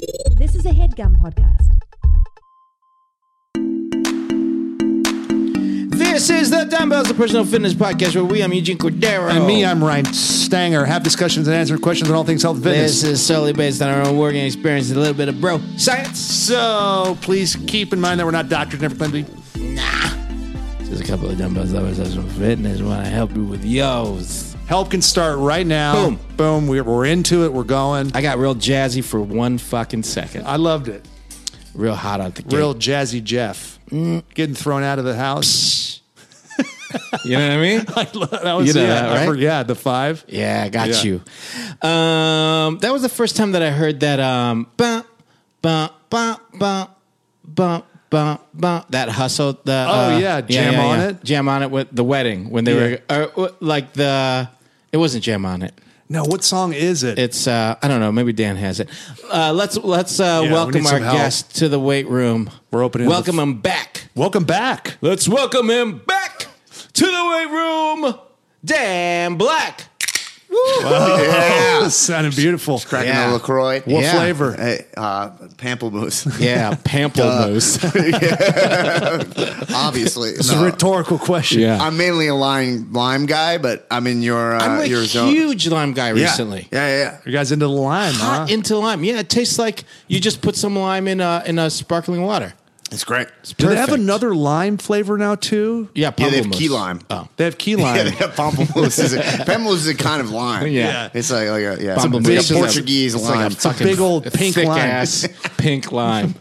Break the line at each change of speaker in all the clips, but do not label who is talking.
a headgum podcast.
This is the Dumbbells, the personal fitness podcast, where we, I'm Eugene Cordero.
And me, I'm Ryan Stanger. Have discussions and answer questions on all things health and fitness.
This is solely based on our own working experience and a little bit of bro science.
So please keep in mind that we're not doctors, never claim to be.
Just a couple of Dumbbells lovers, that's what fitness. Want to help you with yo's.
Help can start right now.
Boom.
Boom. We're, we're into it. We're going.
I got real jazzy for one fucking second.
I loved it.
Real hot out the gate.
Real jazzy Jeff.
Mm.
Getting thrown out of the house.
you know what I mean?
I love, that was,
You know
yeah,
that,
I
right?
forgot the five.
Yeah, I got
Yeah.
you. Um, that was the first time that I heard that um, bump, bump, bump, bump, bump, bump, bump. That hustle. The
Oh,
uh,
yeah, Jam On It.
Jam on it with the wedding when they
Yeah.
were or, uh, like the. It wasn't jam on it.
No, what song is it?
It's uh, I don't know. Maybe Dan has it. Uh, let's let's uh,
we
welcome
need
our
some help.
guest to the weight room.
We're opening the-
Welcome him back.
Welcome back.
Let's welcome him back to the weight room. Dan Black.
Yeah. sounded Oh, beautiful.
cracking
Yeah.
a LaCroix.
What
Yeah.
flavor?
Hey, uh, pamplemousse. Uh,
Yeah, pamplemousse.
Obviously.
It's
uh,
No.
a rhetorical question.
Yeah.
I'm mainly a lime, lime guy, but I'm in your, uh,
I'm a
your zone.
huge lime guy recently.
Yeah, yeah, yeah.
You guys into the lime,
Hot
huh?
into lime. Yeah, it tastes like you just put some lime in a, in a sparkling water.
It's great.
Do they have
Perfect.
another lime flavor now, too?
Yeah,
Yeah, they have
pamplemousse.
key lime.
Oh.
They have key lime.
Yeah, they have pamplemousse. Is a- pamplemousse is a kind of lime.
Yeah.
It's like, like a, yeah. It's
Pamplemousse
like
is
a Portuguese
it's
lime.
Like a fucking
big old pink
thick
lime.
ass pink lime.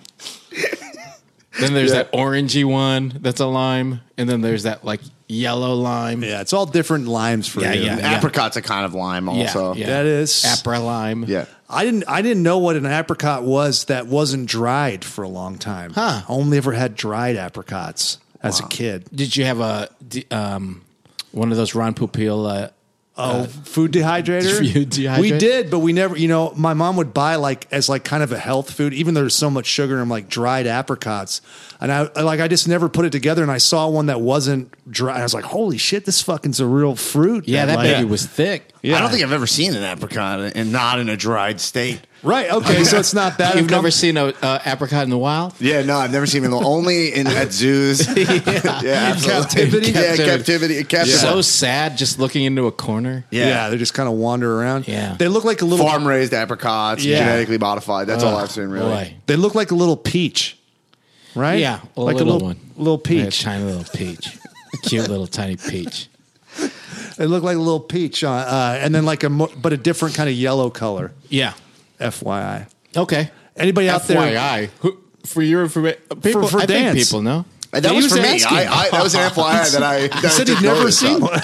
then there's that orangey one that's a lime, and then there's that like yellow lime.
Yeah, it's all different limes for
Yeah,
you.
yeah.
And Apricot's a kind of lime
Yeah,
also.
yeah.
That is-
Apra lime.
Yeah.
I didn't I didn't know what an apricot was that wasn't dried for a long time.
Huh.
Only ever had dried apricots as a kid.
Did you have a d- um, one of those Ron Popeil? Uh,
Oh, food dehydrator?
Did you dehydrate?
We did, but we never, you know, my mom would buy like as like kind of a health food, even though there's so much sugar in them, like dried apricots. And I like I just never put it together and I saw one that wasn't dry. And I was like, holy shit, this fucking's a real fruit.
yeah, that
like-
baby was thick.
I don't think I've ever seen an apricot and not in a dried state.
Right. Okay. So it's not that.
You've never
uncom-
seen a uh, apricot in the wild?
Yeah, no, I've never seen them. Only in at zoos. yeah,
captivity?
absolutely. Yeah, captivity. Captivity.
So sad just looking into a corner.
Yeah. they just kind of wander around.
Yeah.
They look like a little
farm raised apricots,
Yeah.
genetically modified. That's all I've seen, really.
Boy.
They look like a little peach, right?
Yeah, a
like
little
a little
one.
little
Like a
peach.
tiny little peach. Cute little tiny peach.
They look like a little peach, uh, uh, and then like a mo- but a different kind of yellow color.
Yeah.
FYI,
Okay.
anybody out there?
FYI, who, for your information, people,
for
I think
dance.
people know.
And that
He
was,
was
for me.
asking.
I, I, that was an FYI that I that
He said he'd never seen one.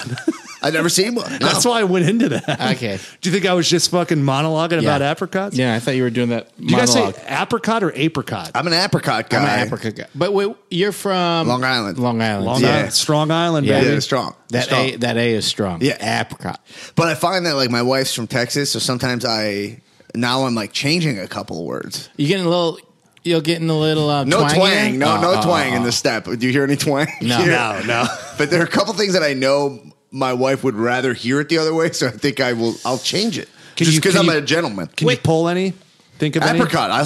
I've never seen one. No.
That's why I went into that.
Okay.
Do you think I was just fucking monologuing about apricots?
Yeah, I thought you were doing that
Do you guys say
monologue.
apricot or apricot?
I'm an apricot guy.
I'm an apricot guy. But wait, you're from
Long Island.
Long Island.
Long
yeah.
Island.
Island, Strong Island,
Yeah.
Yeah,
baby.
they're strong. They're
That
strong.
A that A is strong.
Yeah.
Apricot.
But I find that like my wife's from Texas, so sometimes I now I'm like changing a couple of words.
You're getting a little you're getting a little uh,
No twang,
in there?
no
Oh,
no
oh,
twang
oh.
in the step. Do you hear any twang?
No.
here?
No,
Uh-uh. no.
But there are a couple things that I know my wife would rather hear it the other way, so I think I will. I'll change it
Can
just
you-
because
can
I'm
you-
a gentleman.
Can you
Wait.
pull any? Think of any?
Apricot. I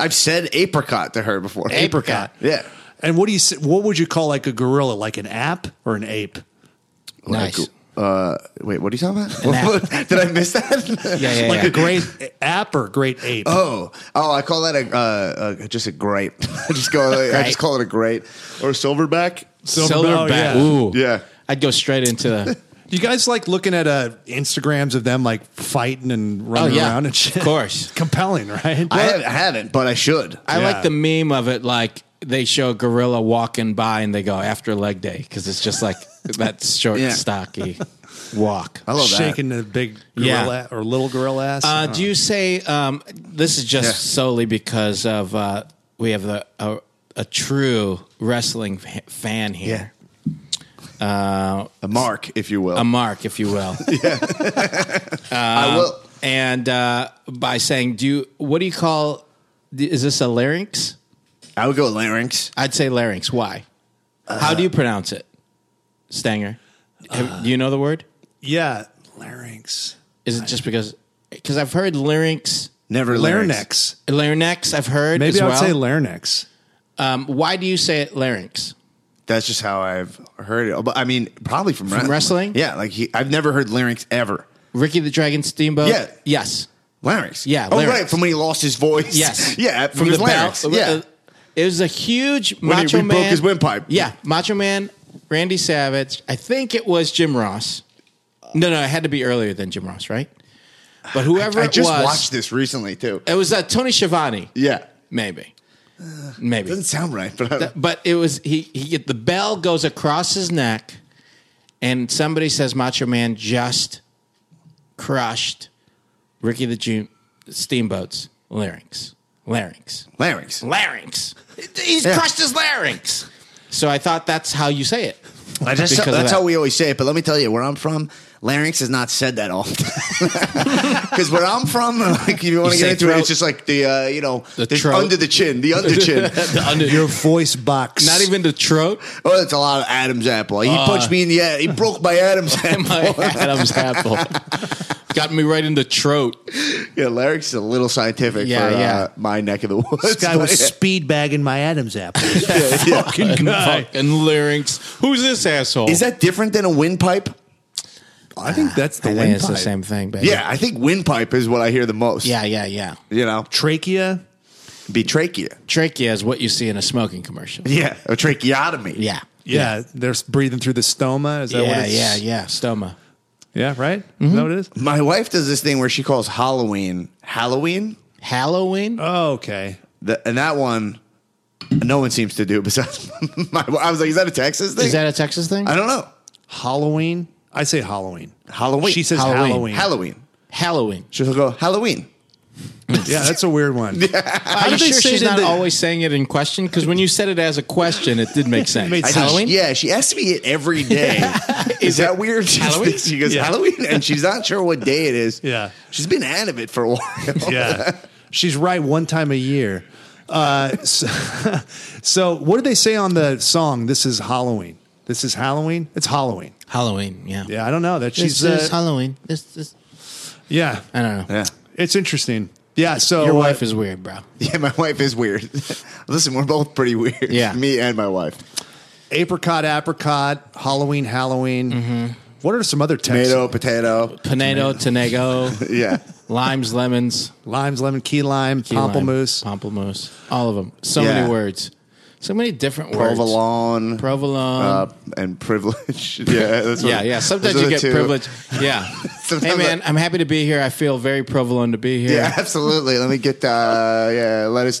have said apricot to her before.
Apricot.
Yeah.
And what do you? s- What would you call like a gorilla? Like an app or an ape?
Nice.
Like, uh, wait, what are you talking about?
nap.
Did I miss that?
Yeah, yeah,
like
yeah.
a great ape or great ape?
Oh, oh! I call that a, uh, a just a grape. I just go. I
Grape.
just call it a grape or a silverback.
Silverback,
Silverback.
yeah.
Ooh.
Yeah.
I'd go straight into the
Do you guys like looking at uh, Instagrams of them like fighting and
Oh
running
yeah,
around and shit?
Of course.
Compelling, right?
I, have, I haven't, but I should.
I
Yeah.
like the meme of it. Like they show a gorilla walking by and they go after leg day because it's just like that short,
Yeah.
stocky walk.
I love that.
Shaking the big
Yeah.
gorilla or little gorilla ass.
Uh, do you say um, this is just
Yeah.
solely because of uh, we have a, a, a true wrestling fa- fan here,
A mark, if you will.
a mark, if you will.
I will.
and uh, by saying, do you, what do you call? Is this a larynx?
I would go larynx.
I'd say larynx. Why? How do you pronounce it, Stanger? Have- do you know the word?
yeah, larynx.
Is it just because? Because I've heard larynx
Never larynx.
Larynx.
Larynx, I've heard.
Maybe
as
I would
well.
say larynx.
um, why do you say it larynx?
That's just how I've heard it. But I mean, probably from,
wrestling?
Yeah, like he, I've never heard larynx ever.
Ricky the Dragon Steamboat.
Yeah.
Yes.
Larynx.
Yeah,
Oh,
larynx.
right. From when he lost his voice.
Yes.
yeah. From, his
the
larynx.
bell-
yeah.
uh, It was a huge
When he-
Macho
he
Man.
broke his windpipe.
Yeah. Macho Man, Randy Savage. I think it was Jim Ross. No, no, it had to be earlier than Jim Ross, right? But whoever
I just
it was,
watched this recently too.
it was uh, Tony Schiavone,
Yeah.
maybe, maybe.
Uh, Doesn't sound right, but uh, I,
but it was he, he the bell goes across his neck and somebody says macho man just crushed ricky the Ju- steamboat's larynx larynx
larynx.
larynx he's
Yeah.
crushed his larynx so i thought that's how you say it
I just,
Because
that's
of that.
how we always say it. But let me tell you, where I'm from, larynx is not said that often. Because where I'm from, like, if you want
You
to
say
get into it,
throat.
it's just like the, uh, you know,
The
the
throat.
under the chin, the under chin.
Your voice box.
not even the throat
oh, that's a lot of Adam's apple. He
Uh.
punched me in the head. He broke my Adam's apple.
my adam's apple got me right in the throat
yeah, larynx is a little scientific
Yeah,
for
yeah.
Uh, my neck of the woods.
This guy was speed bagging my Adam's apple. Fucking guy.
fucking larynx who's this asshole
is that different than a windpipe?
I think that's the
I
windpipe.
think it's the same thing baby.
Yeah, I think windpipe is what I hear the most.
yeah yeah yeah
You know,
Trachea.
be trachea.
trachea is what you see in a smoking commercial.
Yeah, a tracheotomy.
Yeah.
Yeah, they're breathing through the stoma. Is that what
yeah,
it's?
yeah, Mm-hmm. yeah. Stoma.
yeah. Right? Is that what it is?
My wife does this thing where she calls Halloween Halloween.
Halloween?
Oh, okay.
The, and that one, no one seems to do besides my. I was like, is that a Texas thing?
is that a Texas thing?
I don't know.
Halloween. I say Halloween.
Halloween.
She says
Halloween.
Halloween.
Halloween.
Halloween.
She'll go Halloween.
Yeah, that's a weird one.
Are you
did they
sure
say
she's
that
not
they-
always saying it in question? Because when you said it as a question, it did make sense.
made
I
It's
think-
Halloween?
yeah, she asks me it every day. is that weird? She
Halloween?
thinks- She goes
Yeah.
Halloween, and she's not sure what day it is.
Yeah.
she's been out of it for a while.
Yeah. She's right one time a year. Uh, so, so what did they say on the song? This is Halloween. This is Halloween. It's Halloween.
Halloween, yeah.
Yeah, I don't know that
This
she's.
is
Uh,
Halloween. This is
yeah,
I don't know.
yeah,
it's interesting. Yeah, so
Your
uh,
wife is weird, bro.
yeah. My wife is weird. Listen, we're both pretty weird.
Yeah.
me and my wife.
apricot, apricot, Halloween, Halloween.
Mm-hmm.
What are some other texts?
Tomato, potato.
Pinedo, Tonego,
Yeah,
limes, lemons,
Limes, lemon, key lime,
key lime,
pamplemousse.
Pamplemousse. All of them. So
Yeah.
many words. So many different words.
provolone.
Provolone.
uh, and privilege. Yeah, that's what,
Yeah, yeah. Sometimes
those
you
are the
get
two.
privilege. Yeah. hey,
Sometimes
man, I'm happy to be here. I feel very provolone to be here.
Yeah, absolutely. Let me get uh, yeah, lettuce,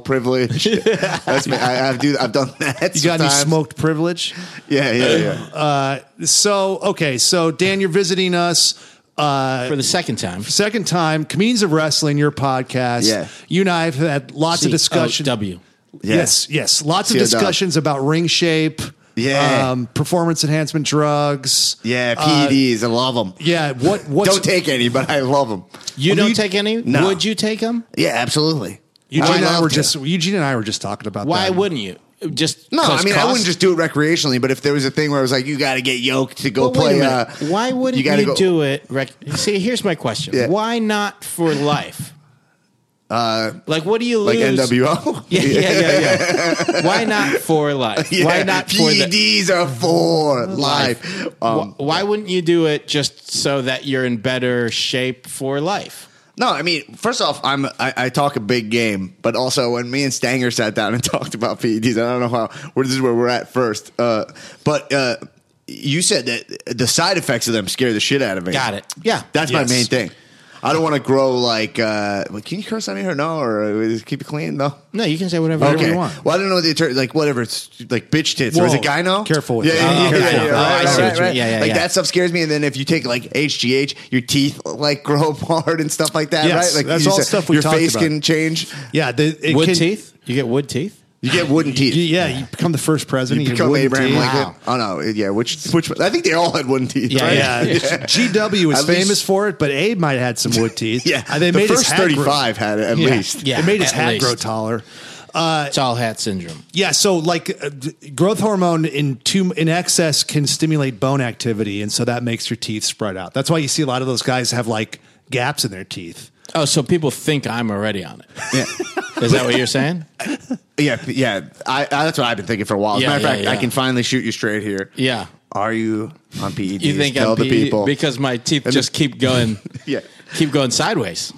privilege. That's me. I, I've do I've done that.
You got any
sometimes.
smoked privilege?
Yeah, yeah, yeah.
So okay, so Dan, you're visiting us. Uh,
For the second time.
second time, comedians of wrestling, your podcast.
Yeah. Oh,
you and I have had lots of discussion.
W.
Yes, yes, lots of
COW.
discussions about ring shape. um,
Yeah.
performance enhancement drugs.
yeah,
uh,
PEDs. I love them.
yeah. What? What?
Don't take any, but I love them.
You
Well,
don't
you-
take any?
No.
Would you take them?
Yeah, absolutely.
Eugene
I
and I
love
were
to.
just Eugene and I were just talking about
Why
that.
wouldn't you? Just
No, I
'cause
mean I
cost?
wouldn't just do it recreationally, but if there was a thing where I was like, you got to get yoked to go
Well, wait a
play. Uh,
minute. Why wouldn't you,
gotta go-
do it? Rec- See, here's my question.
Yeah.
Why not for life? Uh, like, what do you
like
lose?
NWO?
Yeah, yeah, yeah, yeah. Why not for life? Why
Yeah, E
not for the-
PEDs are for life. Um,
Wh- why wouldn't you do it just so that you're in better shape for life?
No, I mean, first off, I'm I, I talk a big game, but also when me and Stanger sat down and talked about PEDs, I don't know how where this is where we're at first. Uh, but uh, you said that the side effects of them scare the shit out of me.
Got it. Yeah.
that's
Yes.
my main thing. I don't want to grow like. Uh, well, can you curse on here? No, or uh, keep it clean? No.
No, you can say whatever
Whatever
you
you
want.
want.
Well, I don't know what the attorney like. Whatever. It's like bitch tits. or is
Whoa.
it gyno?
Careful with
yeah,
that.
yeah,
Oh,
yeah, yeah,
careful.
yeah,
Oh, I see
right,
what
right,
you-
right.
yeah, yeah,
Like
yeah.
that stuff scares me. And then if you take like HGH, your teeth like grow apart and stuff like that,
Yes,
right? Like
that's
you
all
said,
stuff we
Your
talked
face
about.
can change.
Yeah, the, it
Wood
can-
teeth? You get wood teeth?
You get wooden
y-
teeth.
Yeah, you become the first president.
You become
wooden
Abraham
teeth.
Lincoln.
Wow.
Oh no, yeah. Which which? I think they all had wooden teeth.
Yeah,
right?
Yeah, GW is
At
famous
least-
for it, but Abe might have had some wood teeth.
yeah.
Uh, they
the
made his
first
hat grow-
thirty-five had it at
Yeah.
least.
Yeah,
it made his
at
hat
least.
grow taller.
Tall hat syndrome.
Yeah, so like uh, d- growth hormone in too in excess can stimulate bone activity, and so that makes your teeth spread out. That's why you see a lot of those guys have like gaps in their teeth.
Oh, so people think I'm already on it.
Yeah.
Is that what you're saying?
Yeah, p- yeah. I, I, that's what I've been thinking for a while. As a
Yeah,
matter of
yeah,
fact, I
yeah.
can finally shoot you straight here.
Yeah.
Are you on E PEDs?
You think
Tell
I'm
the
P- E
people.
because my teeth just keep going,
Yeah.
keep going sideways.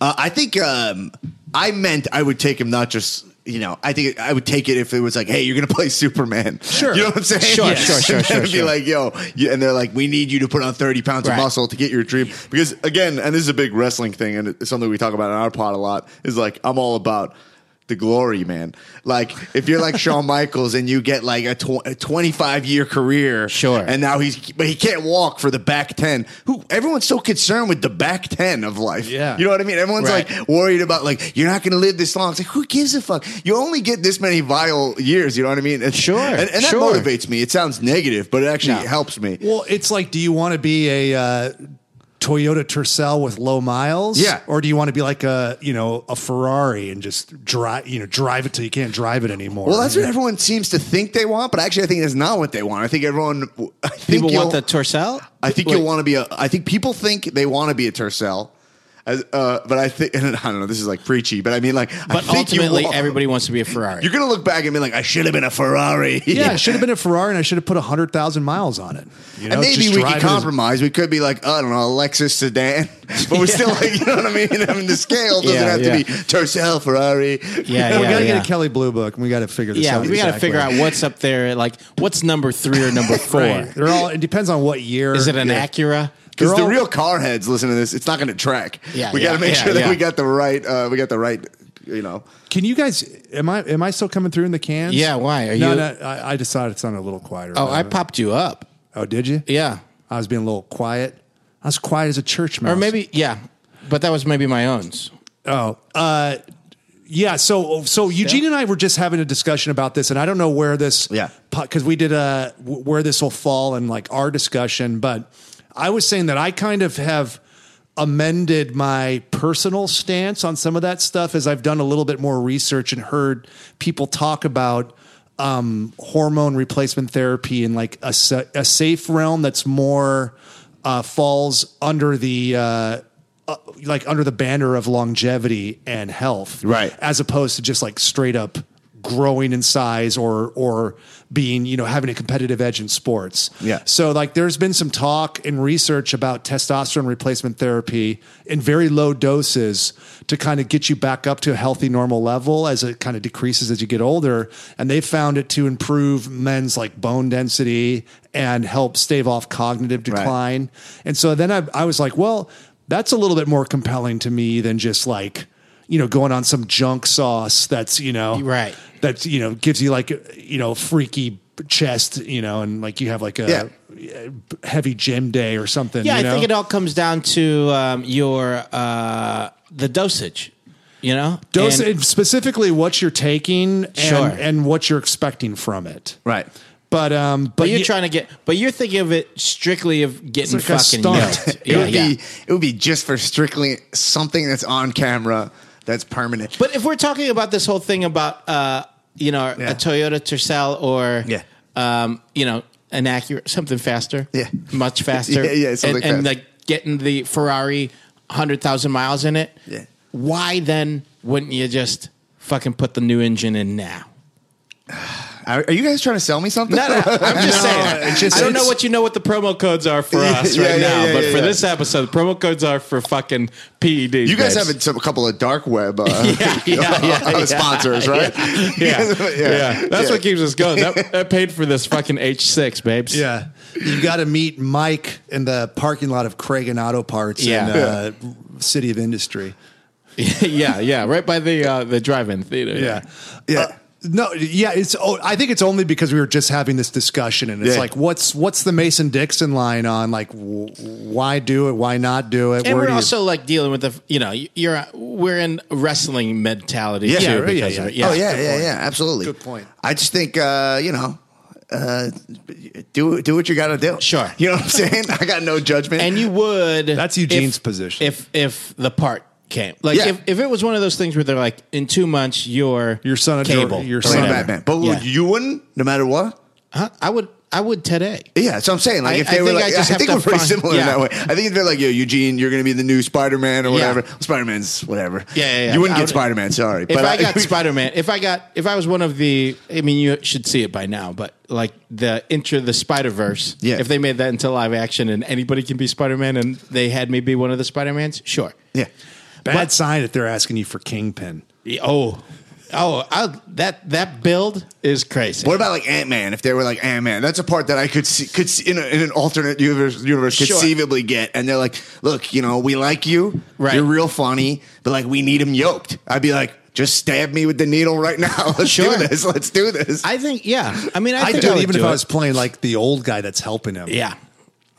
Uh, I think um, I meant I would take him not just. You know, I think I would take it if it was like, "Hey, you're going to play Superman." Sure, you know what I'm saying?
Sure, Yes. sure, sure,
And then
sure,
it'd Be
sure.
like, "Yo," you, and they're like, "We need you to put on 30 pounds
Right.
of muscle to get your dream." Because again, and this is a big wrestling thing, and it's something we talk about in our pod a lot. Is like, I'm all about the glory, man. Like, if you're like Shawn Michaels and you get like a, tw- a 25 year career,
Sure.
and now he's but he can't walk for the back 10. Who everyone's so concerned with the back 10 of life.
Yeah.
you know what I mean? Everyone's
Right.
like worried about like you're not going to live this long. It's like who gives a fuck? You only get this many vile years. You know what I mean? And,
Sure,
and, and that
sure.
motivates me. It sounds negative, but it actually
No.
helps me.
Well, it's like, do you want to be a uh, Toyota Tercel with low miles?
Yeah.
Or do you want to be like a you know a Ferrari and just drive you know drive it till you can't drive it anymore?
Well, that's what everyone seems to think they want, but actually, I think that's not what they want. I think everyone. I think
People want the
you'll-
Torcel.
I think you'll want to be a. I think people think they want to be a Tercel, as, uh, but I think I don't know. This is like preachy, but I mean, like, I
But
think you
ultimately,
want-
everybody wants to be a Ferrari.
You're gonna look back and be like, I should have been a Ferrari.
yeah, it should have been a Ferrari, and I should have put hundred thousand miles on it. You know,
and maybe
just
we
drive
could
it as-
compromise. We could be like, I don't know, a Lexus sedan, but we're still like, you know what I mean? I mean, the scale doesn't
Yeah,
have
yeah.
to be Tercel, Ferrari.
Yeah,
we
yeah,
gotta
yeah.
get a Kelly Blue Book. and We gotta figure this
yeah,
out.
we got to
exactly.
figure out what's up there. Like, what's number three or number four?
Right. They're all. It depends on what year.
Is it an
Yeah.
Acura?
Because the
Girl-
real car heads listen to this, it's not going to track.
Yeah,
we got to
yeah,
make
yeah,
sure that
yeah.
we got the right. Uh, we got the right. You know,
Can you guys? Am I am I still coming through in the cans?
Yeah, why? Are
no,
you-
no. I, I decided it sounded a little quieter.
Oh, I
about it.
popped you up.
Oh, did you?
Yeah,
I was being a little quiet. I was quiet as a church mouse.
or maybe yeah, but that was maybe my own's.
Oh, uh, yeah. So, so Eugene and I were just having a discussion about this, and I don't know where this,
Yeah.
because we did a where this will fall in like our discussion. But I was saying that I kind of have amended my personal stance on some of that stuff as I've done a little bit more research and heard people talk about um, hormone replacement therapy in like a, sa- a safe realm that's more uh, falls under the uh, uh, like under the banner of longevity and health,
Right.
As opposed to just like straight up growing in size or or being you know having a competitive edge in sports.
Yeah.
So like there's been some talk and research about testosterone replacement therapy in very low doses to kind of get you back up to a healthy normal level as it kind of decreases as you get older and they found it to improve men's like bone density and help stave off cognitive decline. And so then I I was like, well, that's a little bit more compelling to me than just like you know, going on some junk sauce that's, you know,
Right.
that's you know gives you like you know freaky chest you know and like you have like a heavy gym day or something
Yeah,
you know?
I think it all comes down to um, your uh, the dosage. You know,
Dose,
And-
and specifically what you're taking and,
Sure.
and what you're expecting from it
right?
but um but,
But you're
ye-
trying to get, but you're thinking of it strictly of getting
like a
fucking
stunt.
yoked.
It
Yeah,
would
yeah.
be. It would be just for strictly something that's on camera, that's permanent.
But if we're talking about this whole thing about, uh, you know,
Yeah.
a Toyota Tercel or,
Yeah.
um, you know, an Acura, something faster,
Yeah.
much faster,
Yeah, yeah,
and,
something
and
fast.
like getting the Ferrari hundred thousand miles in it.
Yeah.
Why then wouldn't you just fucking put the new engine in now?
Are, are you guys trying to sell me something?
No, no, I'm just
No,
saying.
it's just-
I don't know
it's-
what you know what the promo codes are for us
Yeah,
right
yeah,
now,
yeah,
but
yeah,
for
yeah.
this episode, promo codes are for fucking PEDs.
You
babes.
guys have a, some, a couple of dark web uh,
Yeah, yeah, yeah,
sponsors, right?
Yeah. yeah. That's
Yeah.
what keeps us going. That, that paid for this fucking H6, babes.
yeah you got to meet mike in the parking lot of craig and auto parts
Yeah.
in uh, city of industry
yeah, yeah. Right by the uh, the drive-in theater.
Yeah.
Uh, no, yeah, it's. Oh, I think it's only because we were just having this discussion, and it's
Yeah.
like, what's what's the Mason Dixon line on? Like, w- why do it? Why not do
And
it? Where
we're
do you-
also like dealing with the, you know, you're we're in wrestling mentality
Yeah,
too
yeah,
because
yeah.
of it.
Oh yeah, yeah, yeah, absolutely.
Good point.
I just think uh, you know, uh, do do what you got to do.
Sure.
you know what I'm saying. I got no judgment.
And you would
That's Eugene's
if-
position.
If if the part came. Like
Yeah.
if, if it was one of those things where they're like in 2 months you're
Your son of Jor-
cable.
your
or
son of
Son of
whatever.
Batman, but would
Yeah.
you wouldn't, no matter what.
Huh? I would I would today.
Yeah, that's what I'm saying. Like
I-
if they
I
were
think
like,
I just
I
have
think
to
we're pretty
find-
similar in
yeah.
that way. I think if they're like, yo, Eugene, you're going to be the new Spider-Man or
Yeah.
whatever. Spider-Man's whatever.
Yeah, yeah, yeah.
You wouldn't
I
get
would-
Spider-Man, sorry.
If I, got Spider Man, if I got, if I was one of the, I mean, you should see it by now, but like the Enter the Spider Verse,
Yeah.
if they made that into live action and anybody can be Spider Man and they had me be one of the Spider Mans, sure.
yeah.
Bad sign if they're asking you for Kingpin.
Yeah, Oh, oh, I, that that build is crazy.
What about like Ant-Man? If they were like Ant-Man, that's a part that I could see, could see in, a, in an alternate universe, universe
Sure.
conceivably get. And they're like, look, you know, we like you.
Right.
You're real funny, but like we need him yoked. I'd be like, just stab me with the needle right now. Let's
Sure.
do this. Let's do this.
I think, yeah. I mean, I,
I'd
think
do
I
it
would
even
do
if
it.
I was playing like the old guy that's helping him.
yeah.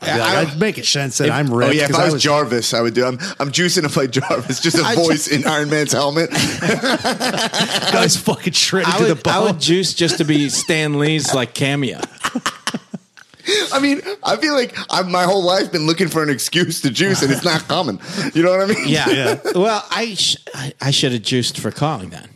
I'd, be like,
I-
I'd make it sense that I'm
Oh
ripped.
yeah, if
'cause
I was, Jarvis, I would do. I'm I'm juicing to play Jarvis, just a
I
voice in Iron Man's helmet.
that guy's fucking shredded
I
to the
would, I
bone.
would juice just to be Stan Lee's like cameo.
I mean, I feel like I've my whole life been looking for an excuse to juice, and it's not common. You know what I mean?
Yeah.
Yeah.
Well, I sh- I, I should have juiced for calling then.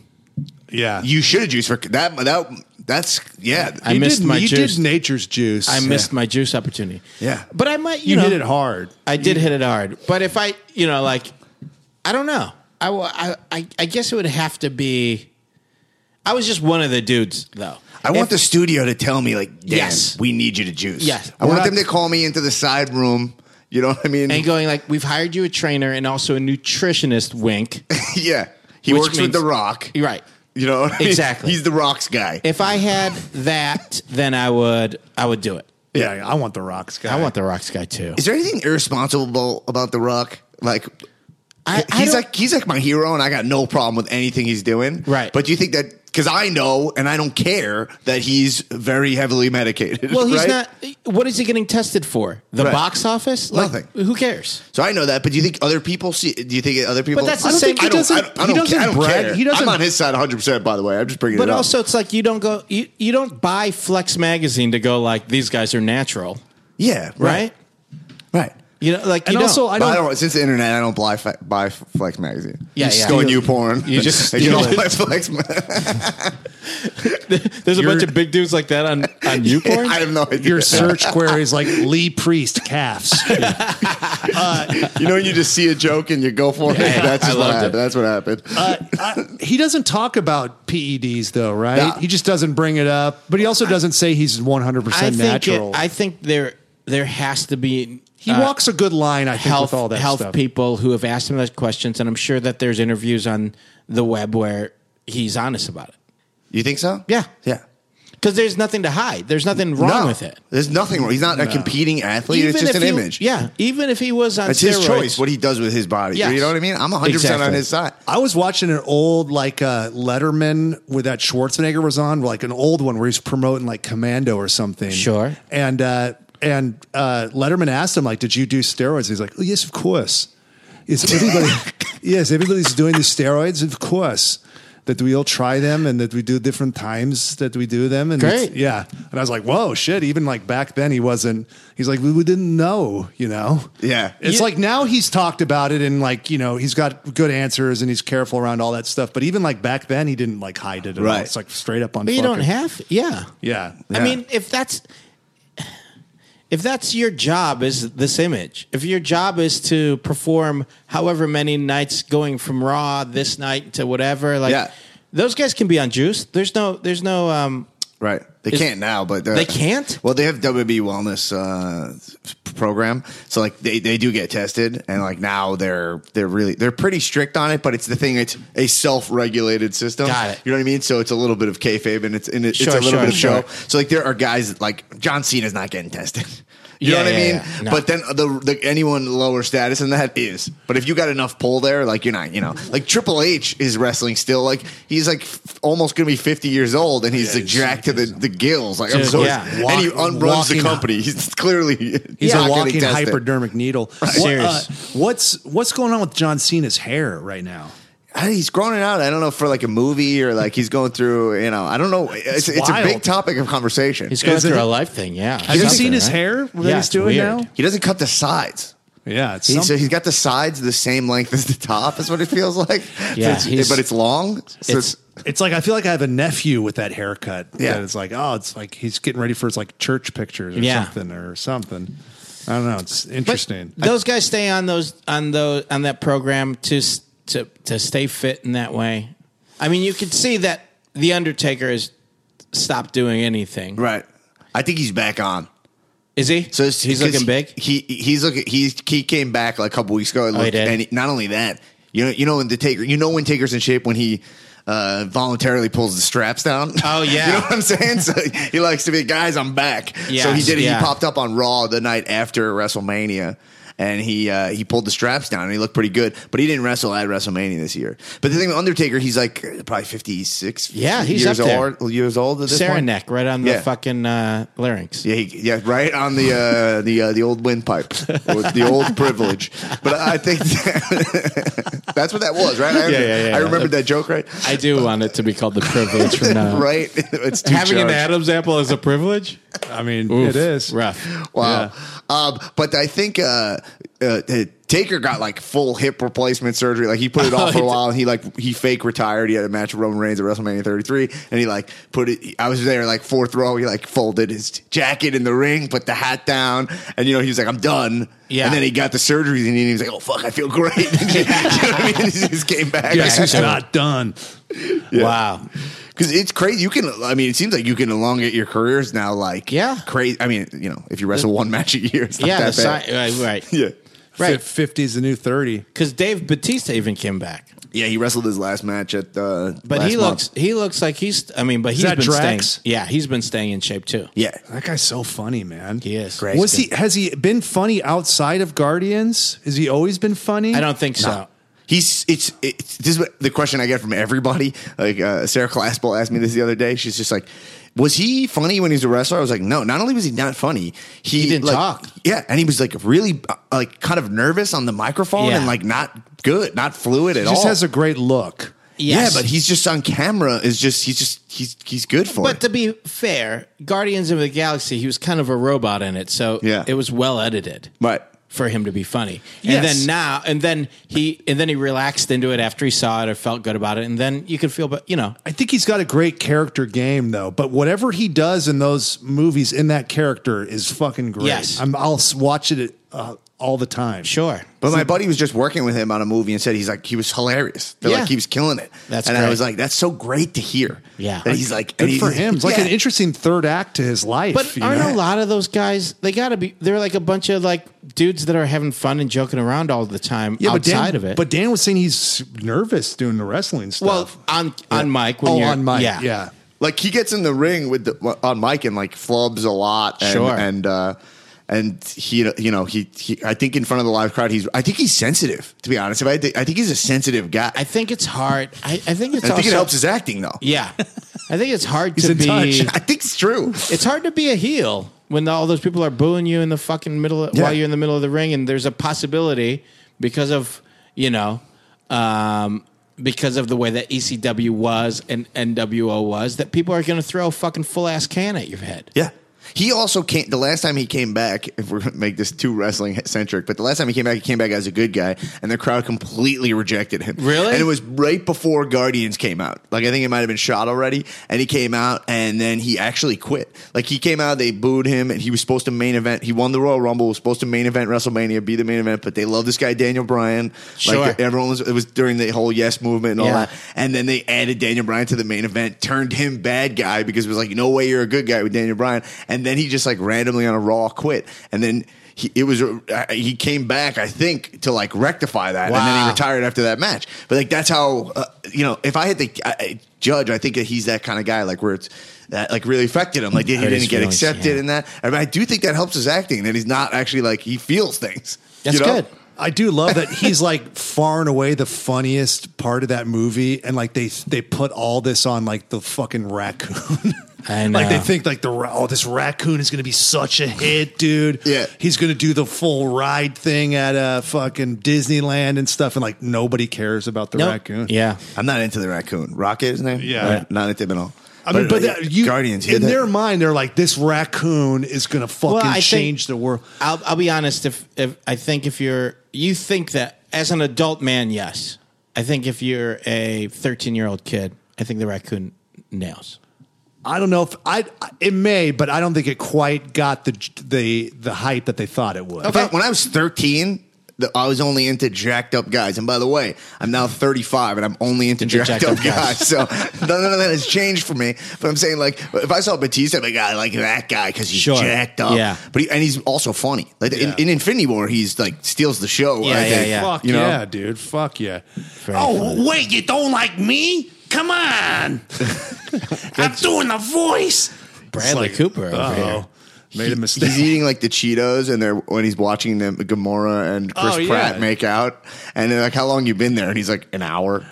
yeah.
you should have juiced for that. That that's yeah.
I
You
missed
did,
my
you
juice.
did nature's juice.
I missed my juice opportunity.
Yeah.
But I might, you,
You,
know,
hit it hard.
I did hit it hard. But if I, you know, like, I don't know. I, wa- I, I, I guess it would have to be. I was just one of the dudes, though.
I want the studio to tell me like, Dan,
Yes.
we need you to juice.
Yes.
I want
We're
them
not-
to call me into the side room. You know what I mean?
And going like, we've hired you a trainer and also a nutritionist. Wink.
yeah, he
Which
works with
means-
The Rock.
You're right.
You know what I mean?
Exactly.
He's The Rock's guy.
If I had that, then I would. I would do it.
Yeah, I want the rocks guy.
I want the rocks guy too.
Is there anything irresponsible about The Rock? Like
I, I
he's
don't-
like he's like my hero, and I got no problem with anything he's doing.
Right.
But do you think that because I know and I don't care that he's very heavily medicated.
Well, he's
right?
not. What is he getting tested for? The
Right.
box office? Like,
Nothing.
Who cares?
So I know that. But do you think other people see? Do you think other people?
But that's the
I don't
same-
think-
he
I don't,
doesn't-
I don't, I
he
don't
doesn't
ca- I don't
brag-
care.
he doesn't-
I'm on his side 100. percent By the way, I'm just bringing
But
it up.
also, it's like you don't go. You, you don't buy Flex magazine to go like these guys are natural,
yeah,
right?
right, right.
You know, like
And
you
also,
don't.
I
But
don't.
I don't. Since the internet, I don't buy fa- buy Flex magazine.
Yeah,
you
yeah.
Just go
You-
new porn.
you just
you
steal
don't
it.
buy Flex. ma-
there's a
you're-
bunch of big dudes like that on on YouPorn.
I have no idea.
Your search queries like Lee Priest calves.
you know, when you just see a joke and you go for it.
Yeah,
that's
I
just what
loved it.
happened. That's what happened.
Uh, I- he doesn't talk about PEDs though, right?
Nah.
He just doesn't bring it up, but he also doesn't say he's 100%
I think. It,
natural.
I think there there has to be.
he
uh,
walks a good line, I think,
health
with all that
health
stuff.
people who have asked him those questions, and I'm sure that there's interviews on the web where he's honest about it.
you think so?
Yeah.
Yeah.
Because there's nothing to hide. There's nothing wrong
No.
with it.
There's nothing wrong. He's not a competing athlete. it's just
if
an
he-
image.
Yeah, even if he was on steroids,
It's his choice what he does with his body.
Yes.
You know what I mean? I'm 100% on
Exactly.
his side.
I was watching an old like uh, Letterman with that Schwarzenegger was on, like an old one where he's promoting like Commando or something.
Sure.
And uh, and uh, Letterman asked him like, "Did you do steroids?" He's like, oh, "Yes, of course. Yes, everybody. yes, everybody's doing the steroids, of course." That we all try them and that we do different times that we do them. And it's-
Great.
yeah. And I was like, whoa, shit. Even like back then, he wasn't, he's like, we, we didn't know, you know?
Yeah.
It's
You-
like now he's talked about it and like, you know, he's got good answers and he's careful around all that stuff. But even like back then, he didn't like hide it at all.
Right.
It's like straight up on
but you don't
fucking-
have. Yeah.
Yeah.
I mean, if that's if that's your job is this image. If your job is to perform however many nights going from Raw this night to whatever, like
Yeah.
those guys can be on juice. There's no. There's no. um
Right. They
Is-
can't now, but uh,
They can't?
Well, they have WB Wellness uh, program, so like they, they do get tested, and like now they're they're really they're pretty strict on it. But it's the thing; it's a self regulated system.
Got it.
You know what I mean? So it's a little bit of kayfabe, and it's and it,
Sure,
it's a little
sure,
bit of
sure.
show. So like there are guys that, like John Cena's not getting tested. You
Yeah,
know what
yeah,
I mean?
yeah. No.
But then the, the anyone lower status than that is. But if you got enough pull there, like you're not, you know, like Triple H is wrestling still. Like he's like f- almost gonna be 50 years old, and he's
Yeah,
like
he's-
jacked to the, the gills. Like I'm
Dude,
so
yeah.
and he
Walk-
un- runs the
walking-
company. He's clearly
He's
not
a
getting
walking
tested.
hypodermic needle. What, uh,
Serious.
what's what's going on with John Cena's hair right now?
I- He's growing it out. I don't know for like a movie or like he's going through. You know, I don't know. It's, it's, a
wild.
big topic of conversation.
He's going
Isn't
through
it?
a life thing. Yeah.
Have you seen his hair that
Yeah,
he's
it's
doing
weird.
now?
he doesn't cut the sides.
Yeah, it's
He- so
some-
he's got the sides the same length as the top. Is what it feels like.
Yeah,
So it's-
he's-
but it's long. So
It's
it's-
It's like I feel like I have a nephew with that haircut.
Yeah.
that it's like oh, it's like he's getting ready for his like church pictures or
Yeah.
something or something. I don't know. It's
But
interesting.
Those guys stay on those on those on that program to s- to to stay fit in that way. I mean, you could see that the Undertaker has stopped doing anything.
Right. I think he's back on.
Is he?
So it's-
he's
'cause
looking big.
He he's looking. He's he came back like a couple weeks ago. And,
Oh, he
looked-
did?
and he- not only that, you know, you know when the taker, you know when taker's in shape when he. Uh, voluntarily pulls the straps down.
Oh, yeah.
you know what I'm saying. So he likes to be guys. I'm back. so he
Yes,
did. it.
yeah.
He popped up on Raw the night after WrestleMania, and he uh, he pulled the straps down. and He looked pretty good, but he didn't wrestle at WrestleMania this year. But the thing with Undertaker, he's like probably 56.
Yeah, he's
years
up there.
old. Years old. At this point.
Saranac, right on the
Yeah.
fucking uh, larynx.
Yeah, he, yeah, right on the uh, the uh, the old windpipe, or the old privilege. But I think that's what that was, right? I,
Yeah, yeah, yeah.
I remembered that joke, right?
I do want it to be called the privilege from uh, now. on.
right, it's too
Having an
charged.
Adam's apple is a privilege.
I mean,
Oof,
it is
rough.
Wow. Um, but I think uh, uh, Taker got like full hip replacement surgery. Like he put it off for a while, and he like he fake retired. He had a match with Roman Reigns at WrestleMania 33, and he like put it. I was there like fourth row. He like folded his jacket in the ring, put the hat down, and you know he was like, "I'm done."
Yeah.
And then he got the surgeries, and he was like, "Oh fuck, I feel great." you know what I mean? He just came back.
Guess who's
Yeah.
not done?
Wow.
Because it's crazy. You can, I mean, it seems like you can elongate your careers now. Like,
Yeah.
crazy. I mean, you know, if you wrestle one match a year, it's not
Yeah, the
that bad.
sci- right, right.
yeah.
Right.
fifty is the new thirty.
Because Dave Batista even came back,
Yeah, he wrestled his last match at. Uh,
but he looks he looks like he's. I mean, but he's
that
been
Drax?
staying. Yeah, he's been staying in shape too.
Yeah,
That guy's so funny, man.
He is. Great.
Was he? Has he been funny outside of Guardians? Has he always been funny?
I don't think so.
he's it's it's this is what, the question I get from everybody. Like uh, Sarah Claspel asked me this the other day. She's just like, "Was he funny when he was a wrestler?" I was like, "No." Not only was he not funny, he,
He didn't
like-
talk.
Yeah, and he was like really uh, like kind of nervous on the microphone
Yeah.
and like not good, not fluid at
He just
all.
has a great look.
Yes.
Yeah, but he's just on camera. Is just he's just he's he's good for
But
it.
to be fair, Guardians of the Galaxy, he was kind of a robot in it, so
Yeah.
it was well edited
but
for him to be funny.
Yes.
And then now, and then he, and then he relaxed into it after he saw it or felt good about it, and then you could feel, but you know,
I think he's got a great character game though. But whatever he does in those movies in that character is fucking great.
Yes.
I'm, I'll s- watch it uh, all the time.
sure,
But my buddy was just working with him on a movie and said he's like he was hilarious. They're
Yeah.
like he was killing it.
That's
and I
great.
was like, that's so great to hear.
Yeah.
and he's like, and
Good
he-
for him. It's like
Yeah.
an interesting third act to his life.
But
you
aren't
know?
a lot of those guys? They got to be. They're like a bunch of like dudes that are having fun and joking around all the time
yeah, but Dan,
outside of it.
But Dan was saying he's nervous doing the wrestling stuff.
well, on on mic when
oh,
you're
on mic,
yeah.
yeah.
Like he gets in the ring with the, on Mike and like flubs a lot. And,
Sure.
and uh, and he you know he, he I think in front of the live crowd he's I think he's sensitive to be honest. If I think, I think he's a sensitive guy.
I think it's hard. I, I think it's.
I think it
also-
helps his acting though.
Yeah, I think it's hard to
in
be.
touch.
I think it's true.
It's hard to be a heel when all those people are booing you in the fucking middle of,
Yeah.
while you're in the middle of the ring, and there's a possibility because of you know. Um, because of the way that ECW was and NWO was, that people are going to throw a fucking full ass can at your head.
Yeah. He also came the last time he came back. If we're gonna make this too wrestling centric, but the last time he came back, he came back as a good guy, and the crowd completely rejected him.
Really?
And it was right before Guardians came out. Like I think it might have been shot already, and he came out, and then he actually quit. Like he came out, they booed him, and he was supposed to main event. He won the Royal Rumble, was supposed to main event WrestleMania, be the main event, but they love this guy Daniel Bryan.
Sure.
Like everyone was. It was during the whole Yes movement and all
Yeah.
that. And then they added Daniel Bryan to the main event, turned him bad guy because it was like, no way you're a good guy with Daniel Bryan. And then he just like randomly on a Raw quit. And then he, it was, uh, he came back, I think, to like rectify that. And then he
Wow.
retired after that match. But like, that's how, uh, you know, if I had to I, I judge, I think that he's that kind of guy, like where it's, that like really affected him. Like he
Hurt his
didn't get
feelings,
accepted
yeah.
in that. I mean, I do think that helps his acting. That he's not actually like he feels things. you
That's
know?
good.
I do love that he's like far and away the funniest part of that movie, and like they they put all this on like the fucking raccoon.
I
like they
know.
think like the ra- oh this raccoon is gonna be such a hit, dude.
Yeah.
he's gonna do the full ride thing at uh fucking Disneyland and stuff, and like nobody cares about the
Nope.
raccoon.
Yeah.
I'm not into the raccoon. Rocket is his name.
Yeah.
Right. not into him at all.
I mean, but, uh, that, you,
Guardians
in
did that.
their mind, they're like this raccoon is gonna fucking
I think-
change the world.
I'll, I'll be honest. If, if I think if you're you think that as an adult man, yes. I think if you're a 13 year old kid, I think the raccoon nails.
I don't know if I. It may, but I don't think it quite got the the the hype that they thought it would.
In fact, when I was 13, the, I was only into jacked up guys. And by the way, I'm now 35 and I'm only into,
Into
jacked,
jacked
up
up guys.
guys. So none of that has changed for me. But I'm saying, like, if I saw Batista, i guy like that guy because he's
Sure.
jacked up.
Yeah.
But he, and he's also funny. Like in, in Infinity War, he's like steals the show.
Yeah,
I
yeah,
think.
yeah.
Fuck
You know?
yeah, dude. Fuck yeah.
Oh,
wait, you don't like me? Come on. I'm doing the voice.
Bradley Cooper over here.
Made a mistake.
He's eating like the Cheetos, and they're when he's watching them, Gamora and Chris
Oh, yeah.
Pratt make out, and they're like, "How long you been there?" And he's like, "An hour."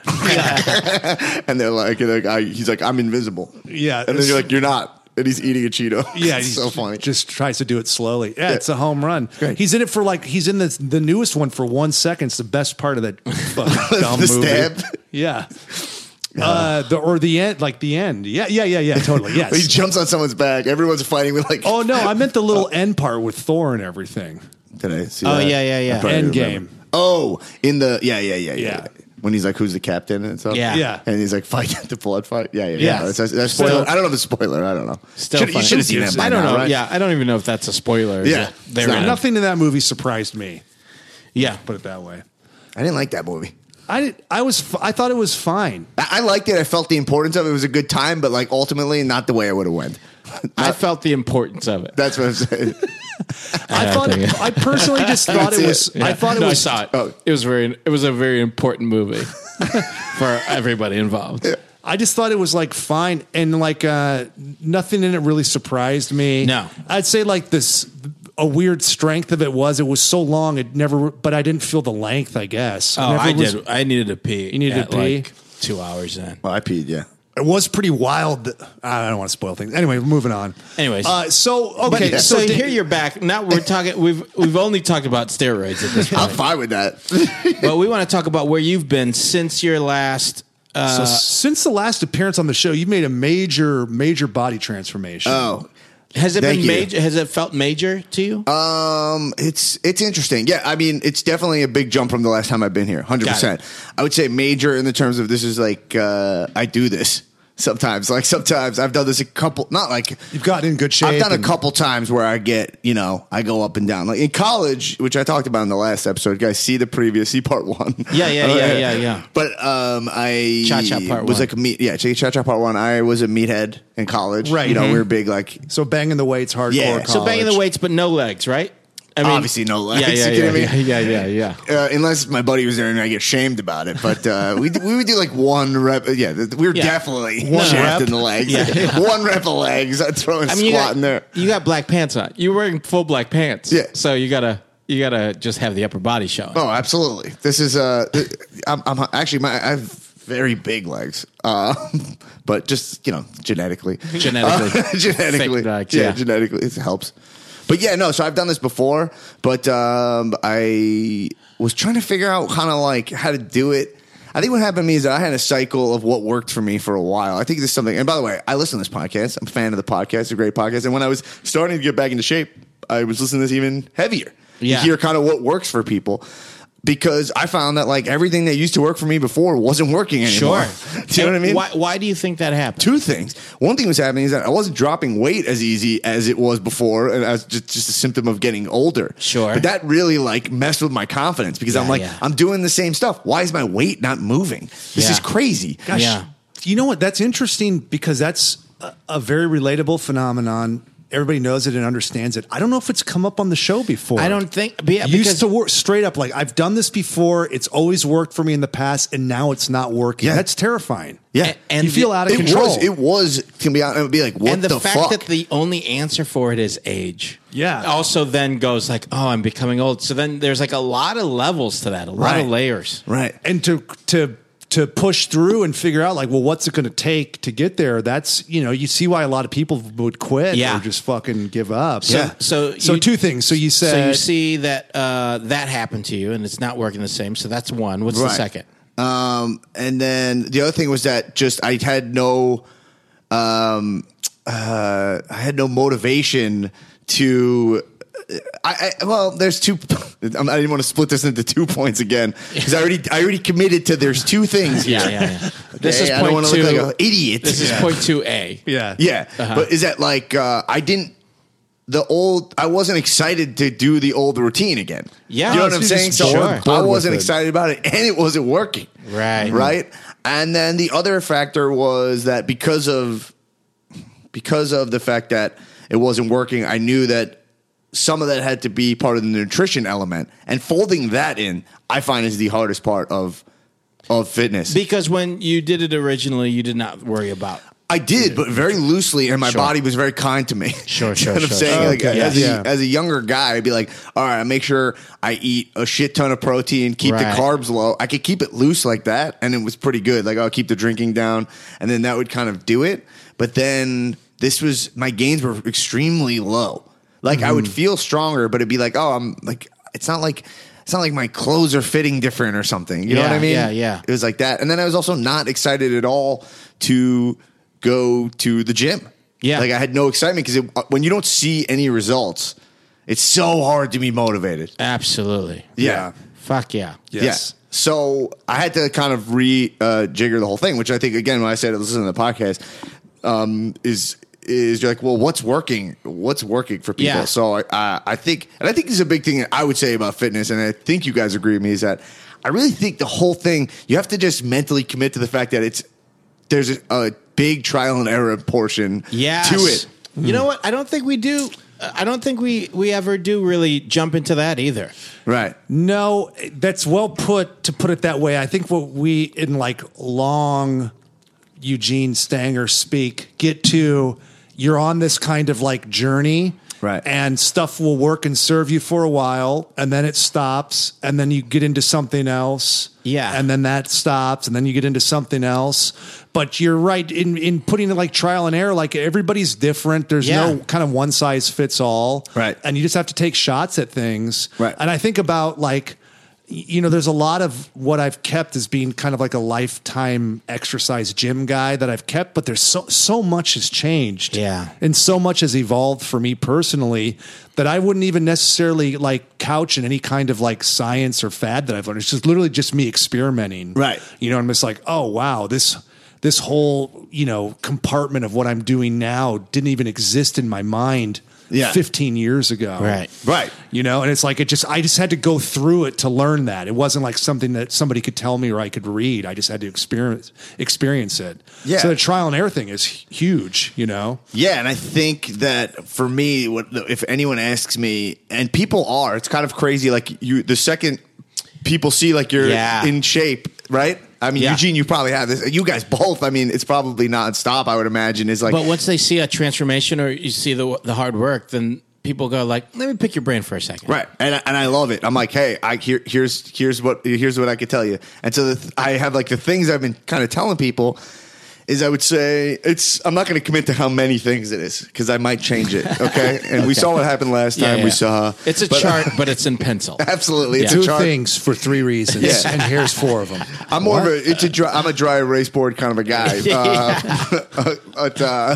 and they're like, and they're like, I, "He's like, I'm invisible."
Yeah,
and then
it's-
you're like, "You're not," and he's eating a Cheeto.
yeah,
it's
he's
so funny.
Just tries to do it slowly. Yeah, it's a home run.
Great.
He's in it for like he's in the the newest one for one second. It's the best part of that fucking dumb
The
movie.
stab.
Yeah. Uh, the or the end, like the end. Yeah, yeah, yeah, yeah. Totally. Yes.
he jumps on someone's back. Everyone's fighting with like.
Oh no, I meant the little end part with Thor and everything.
did I see
Oh,
that?
yeah, yeah, yeah.
I probably
Endgame.
remember. Oh, in the yeah, yeah, yeah, yeah.
Yeah.
When he's like, "Who's the captain?" and stuff.
Yeah.
Yeah.
And he's like, "Fight the blood fight." Yeah, yeah, yeah.
Yeah.
That's, that's- that's spoiler. I don't know if it's spoiler. I don't know.
Still
Should've- you
funny.
should have seen that. By
I don't
now,
know.
Right?
Yeah, I don't even know if that's a spoiler. Is
Yeah.
it? They're
It's not.
in it.
Nothing in that movie surprised me.
Yeah,
Put it that way.
I didn't like that movie.
I did, I was f- I thought it was fine.
I, I liked it. I felt the importance of it. It was a good time, but like ultimately, not the way I would have went.
I felt the importance of it.
That's what I'm saying.
I
don't
thought
think it-
I personally just thought
That's
it was
it.
I thought it
No,
was
I saw it.
Oh.
It was very. It was a very important movie for everybody involved.
I just thought it was like fine and like uh nothing in it really surprised me.
No.
I'd say like this a weird strength of it was it was so long it never but I didn't feel the length, I guess.
Oh,
never
I
was-
did. I needed to pee. You
needed
at
to pee?
Like two hours in.
well, I peed. Yeah.
It was pretty wild. that- I don't want to spoil things. Anyway, moving on.
Anyways.
uh, so okay,
But so,
did-
here you're back. Now we're talking. We've we've only talked about steroids at this
I'm
point,
fine with that.
but we want to talk about where you've been since your last. Uh,
So since the last appearance on the show, you've made a major, major body transformation.
oh.
has it
Thank
been
you.
major? Has it felt major to you?
Um, it's it's interesting. Yeah, I mean, it's definitely a big jump from the last time I've been here. Hundred
Got
percent.
it.
I would say major in the terms of this is like uh, I do this sometimes. Like sometimes I've done this a couple, not like
You've gotten in good shape.
I've done a
and-
couple times where I get, you know, I go up and down. Like in college, which I talked about in the last episode, guys, see the previous, see part one.
Yeah, yeah, yeah,
Okay.
yeah, yeah.
But um, I
Cha-cha part
was
one.
like a meat. Yeah, cha cha part one. I was a meathead in college.
Right.
You know,
Mhm.
mm-hmm.
we were big like
So banging the weights, hardcore.
Yeah.
college.
so banging the weights, but no legs, right? I
Obviously no
Yeah,
legs,
yeah,
you
yeah,
kidding me?
yeah, yeah, yeah, yeah.
uh, unless my buddy was there and I get shamed about it. But uh, we we would do like one rep. Yeah, th- we were
Yeah.
definitely
One
shaft
rep?
in the legs. one rep of legs. I'd throw and
I mean, you
squat
got,
in there.
you got black pants on. You're wearing full black pants.
Yeah.
So you gotta you gotta just have the upper body showing.
Oh, absolutely. This is uh, th- I'm, I'm actually my I have very big legs, uh, but just you know genetically,
Genetically.
Uh, genetically,
Thick legs,
yeah,
yeah.
genetically it helps. But yeah, no. So I've done this before, but um, I was trying to figure out kind of like how to do it. I think what happened to me is that I had a cycle of what worked for me for a while. I think this is something. And by the way, I listen to this podcast. I'm a fan of the podcast. It's a great podcast. And when I was starting to get back into shape, I was listening to this even heavier. You
Yeah.
hear kind of what works for people because I found that like everything that used to work for me before wasn't working anymore.
sure.
Do you know what I
And
mean?
Why why do you think that happened?
Two things. One thing was happening is that I wasn't dropping weight as easy as it was before, and that's just just a symptom of getting older.
Sure.
but that really like messed with my confidence because I'm
Yeah,
like
yeah.
I'm doing the same stuff. Why is my weight not moving? This
Yeah.
is crazy.
Gosh,
Yeah.
You know what? That's interesting because that's a, a very relatable phenomenon. Everybody knows it and understands it. I don't know if it's come up on the show before.
I don't think yeah,
used
because
to work straight up like I've done this before. It's always worked for me in the past, and now it's not working.
Yeah.
That's terrifying.
Yeah.
A- and
you feel
the-
out of
It
control.
was. It was. Can be. honest, It would be like what
and the, fact
fuck?
that the only answer for it is age.
Yeah.
Also then goes like, oh, I'm becoming old. So then there's like a lot of levels to that, a lot
Right.
of layers.
right.
and to to to push through and figure out like well what's it going to take to get there that's you know you see why a lot of people would quit
Yeah.
or just fucking give up
Yeah.
So
so
you-
two things so you said
So you see that uh, that happened to you and it's not working the same. So that's one. What's the
Right.
second?
Um, and then the other thing was that just I had no, um, uh, I had no motivation to I, I well, there's two. I'm- I didn't want to split this into two points again because I already I already committed to there's two things.
Yeah,
here.
yeah, yeah. this
Okay,
is
I don't
point
wanna
two.
look like an idiot.
This is point two A.
Yeah.
Yeah, but is that like uh, I didn't the old? I wasn't excited to do the old routine again.
Yeah.
you know what
So
I'm
you
saying.
just
So
sure.
I
bored with
wasn't
it.
excited about it, and it wasn't working.
Right.
right. And then the other factor was that because of because of the fact that it wasn't working, I knew that some of that had to be part of the nutrition element, and folding that in, I find is the hardest part of of fitness.
Because when you did it originally, you did not worry about.
I did, but very loosely, and my
Sure.
body was very kind to me.
Sure,
You
sure,
know what I'm
sure,
saying,
sure.
like,
Okay.
as,
Yeah.
a, as a younger guy, I'd be like, "All right, I make sure I eat a shit ton of protein, keep
Right.
the carbs low. I could keep it loose like that, and it was pretty good. Like I'll keep the drinking down, and then that would kind of do it. But then this was my gains were extremely low. Like I
Mm-hmm.
would feel stronger, but it'd be like, "Oh, I'm like it's not like." It's not like my clothes are fitting different or something. You know what
Yeah,
I mean?
yeah, yeah.
It was like that. And then I was also not excited at all to go to the gym.
Yeah.
Like I had no excitement because when you don't see any results, it's so hard to be motivated.
Absolutely.
Yeah.
Fuck yeah.
Yes.
Yeah. So I had to kind of re uh, jigger the whole thing, which I think again when I said listen to the podcast um, is is you're like, well, what's working? What's working for people?
Yeah.
So I, I I think, and I think this is a big thing that I would say about fitness, and I think you guys agree with me is that I really think the whole thing you have to just mentally commit to the fact that it's there's a, a big trial and error portion
Yes.
to it.
You know what? I don't think we do. I don't think we we ever do really jump into that either.
Right.
No, that's well put to put it that way. I think what we in like long Eugene Stanger speak get to you're on this kind of like journey.
Right.
And stuff will work and serve you for a while and then it stops and then you get into something else.
Yeah.
And then that stops and then you get into something else. But you're right in in putting it like trial and error like everybody's different. There's
Yeah.
no kind of one size fits all.
Right.
And you just have to take shots at things.
Right.
And I think about like, y- you know, there's a lot of what I've kept as being kind of like a lifetime exercise gym guy that I've kept, but there's so so much has changed.
Yeah.
And so much has evolved for me personally that I wouldn't even necessarily like couch in any kind of like science or fad that I've learned. It's just literally just me experimenting.
Right.
You know, I'm just like, oh wow, this this whole, you know, compartment of what I'm doing now didn't even exist in my mind
Yeah.
15 years ago.
Right.
Right.
You know, and it's like it just I just had to go through it to learn that. It wasn't like something that somebody could tell me or I could read. I just had to experience experience it.
Yeah.
So the trial and error thing is huge, you know.
Yeah, and I think that for me, what, if anyone asks me, and people are, it's kind of crazy. Like you, the second people see like you're
Yeah.
in shape, right? I mean,
Yeah.
Eugene, you probably have this. You guys both. I mean, it's probably nonstop. I would imagine is like
But once they see a transformation or you see the the hard work, then people go like, "Let me pick your brain for a second.
Right, and I, and I love it. I'm like, hey, I here, here's here's what here's what I could tell you. And so the th- I have like the things I've been kind of telling people is I would say it's I'm not going to commit to how many things it is because I might change it. Okay, and we saw what happened last time. We saw
it's a
but-
chart, but it's in pencil.
Absolutely, it's
Yeah.
a
Two
chart.
things for three reasons,
Yeah.
and here's four of them.
I'm more of a it's a dry, I'm a dry erase board kind of a guy. Uh, but uh,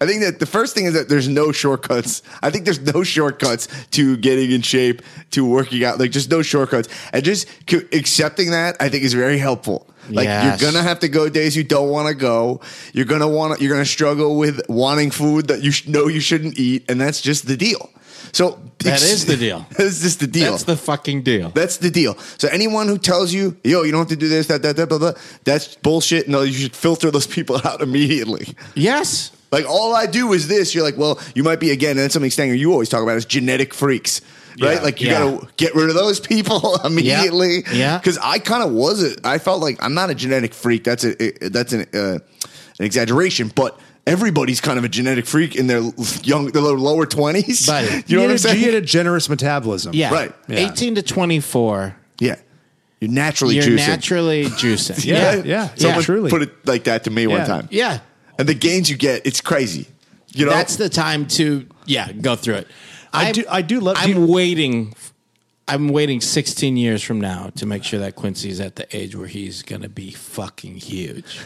I think that the first thing is that there's no shortcuts. I think there's no shortcuts to getting in shape, to working out. Like just no shortcuts, and just c- accepting that I think is very helpful. Like
Yes.
you're gonna have to go days you don't want to go. You're gonna want to you're gonna struggle with wanting food that you sh- know you shouldn't eat, and that's just the deal. So
That is the deal.
That's just the deal.
That's the fucking deal.
That's the deal. So anyone who tells you, yo, you don't have to do this, that, that, that, blah, blah, that's bullshit. No, you should filter those people out immediately.
yes.
Like all I do is this. You're like, well, you might be again, and that's something Stanger you always talk about is genetic freaks. Right?
Yeah.
like you
Yeah.
gotta get rid of those people immediately.
Yeah.
Cause I kind of was it. I felt like I'm not a genetic freak. That's a that's an uh, an exaggeration, but everybody's kind of a genetic freak in their young their lower twenties.
Buddy.
You know what I'm
had a- You
saying?
had a generous metabolism.
Yeah.
Right.
Yeah.
Eighteen to twenty four.
Yeah. You're naturally
You're
juicing.
naturally juicing.
Yeah, yeah,
Someone
yeah, truly.
put it like that to me one
Yeah.
time.
Yeah.
And the gains you get, it's crazy. You know,
That's the time to yeah go through it.
I do- I do love-
I'm
do you-
waiting. I'm waiting 16 years from now to make sure that Quincy's at the age where he's gonna be fucking huge.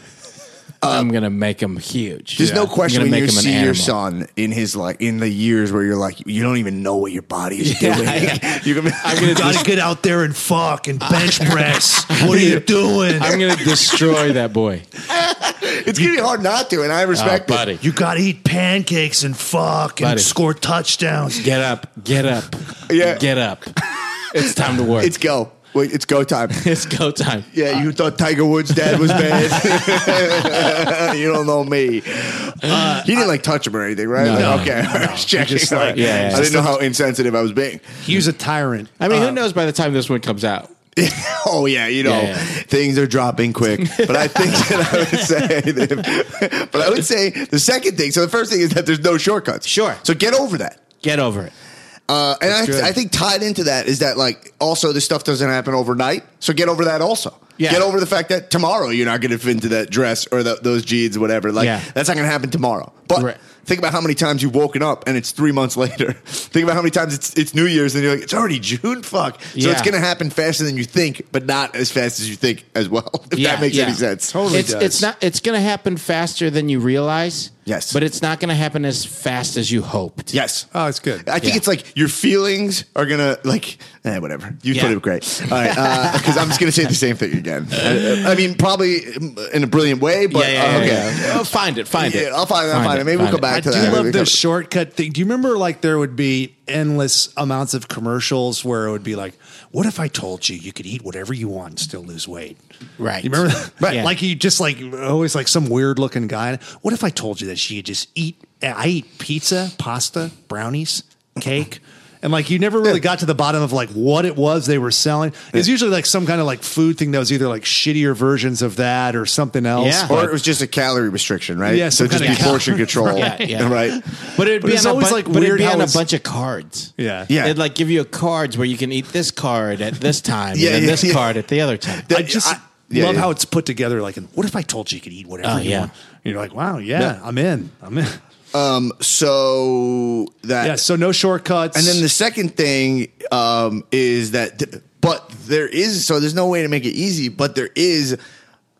I'm gonna make him huge.
Uh, There's no
Yeah.
question
I'm
when
gonna make
you
him an
see your
animal.
son in his like in the years where you're like you don't even know what your body is
Yeah,
doing.
yeah.
you can be,
I'm gonna,
Gotta
dis-
get out there and fuck and bench press. what are you doing?
I'm gonna destroy that boy,
it's gonna be hard not to, and I
oh,
respect it.
buddy.
You gotta eat pancakes and fuck and
Buddy.
score touchdowns.
Get up, get up,
Yeah.
get up. It's time to work.
It's Uh,
It's,
go. Wait, it's go time.
go time.
Yeah, you thought Tiger Woods' dad was bad. you don't know me. he didn't like touch him or anything, right?
Uh, No,
Like,
no,
okay, I was checking.
Just, like,
like,
yeah, yeah.
I didn't know how insensitive I was being.
He was a tyrant.
I mean, who knows by the time this one comes out?
oh yeah, you know
Yeah, yeah.
things are dropping quick. But I think that I would say, that, but I would say the second thing. So the first thing is that there's no shortcuts.
Sure.
So get over that.
Get over it.
Uh, and
good.
I, I think tied into that is that like also this stuff doesn't happen overnight. So get over that also.
Yeah.
Get over the fact that tomorrow you're not going to fit into that dress or tho- those jeans, whatever. Like
Yeah.
that's not going to happen tomorrow. But
Right.
think about how many times you've woken up and it's three months later. think about how many times it's it's New Year's and you're like it's already June. Fuck. So
Yeah.
it's going to happen faster than you think, but not as fast as you think as well. If that makes any sense.
Totally
it's,
does.
It's not. It's going to happen faster than you realize.
Yes.
but it's not going to happen as fast as you hoped.
Yes.
Oh, it's good.
I think
Yeah.
it's like your feelings are gonna like eh, whatever you put
Yeah.
it great. All right, because I'm just gonna say the same thing again. I, I mean, probably in a brilliant way, but
yeah, yeah, yeah,
uh, okay.
yeah. Oh, find it. Find it.
Yeah, I'll find it, I'll find it. Maybe we'll come back
I
to
do
that.
love the shortcut thing. Do you remember like there would be endless amounts of commercials where it would be like, "What if I told you you could eat whatever you want and still lose weight?"
Right.
You remember that?
Right. Yeah.
Like you just like always like some weird looking guy. What if I told you that she could just eat? I eat pizza, pasta, brownies, cake. And like you never really got to the bottom of like what it was they were selling. It's usually like some kind of like food thing that was either like shittier versions of that or something else.
Yeah.
or it was just a calorie restriction, right?
Yeah,
so
some
just
kind
be
of cal-
portion control,
Yeah, yeah.
right?
But it'd
But
be
it's
on a
always,
bunch,
like,
but it'd
weird
be
how
on a
it's-
bunch of cards.
Yeah.
Yeah.
It'd like give you a cards where you can eat this card at this time
Yeah,
and then
yeah,
this
yeah.
card at the other time.
That-
I just
I- yeah,
love
yeah.
how it's put together. Like, and what if I told you you could eat whatever
Oh,
you
yeah.
want? And you're like, wow, yeah, I'm in, I'm in.
Um, so that
Yeah, so no shortcuts.
And then the second thing um, is that, but there is, so there's no way to make it easy, but there is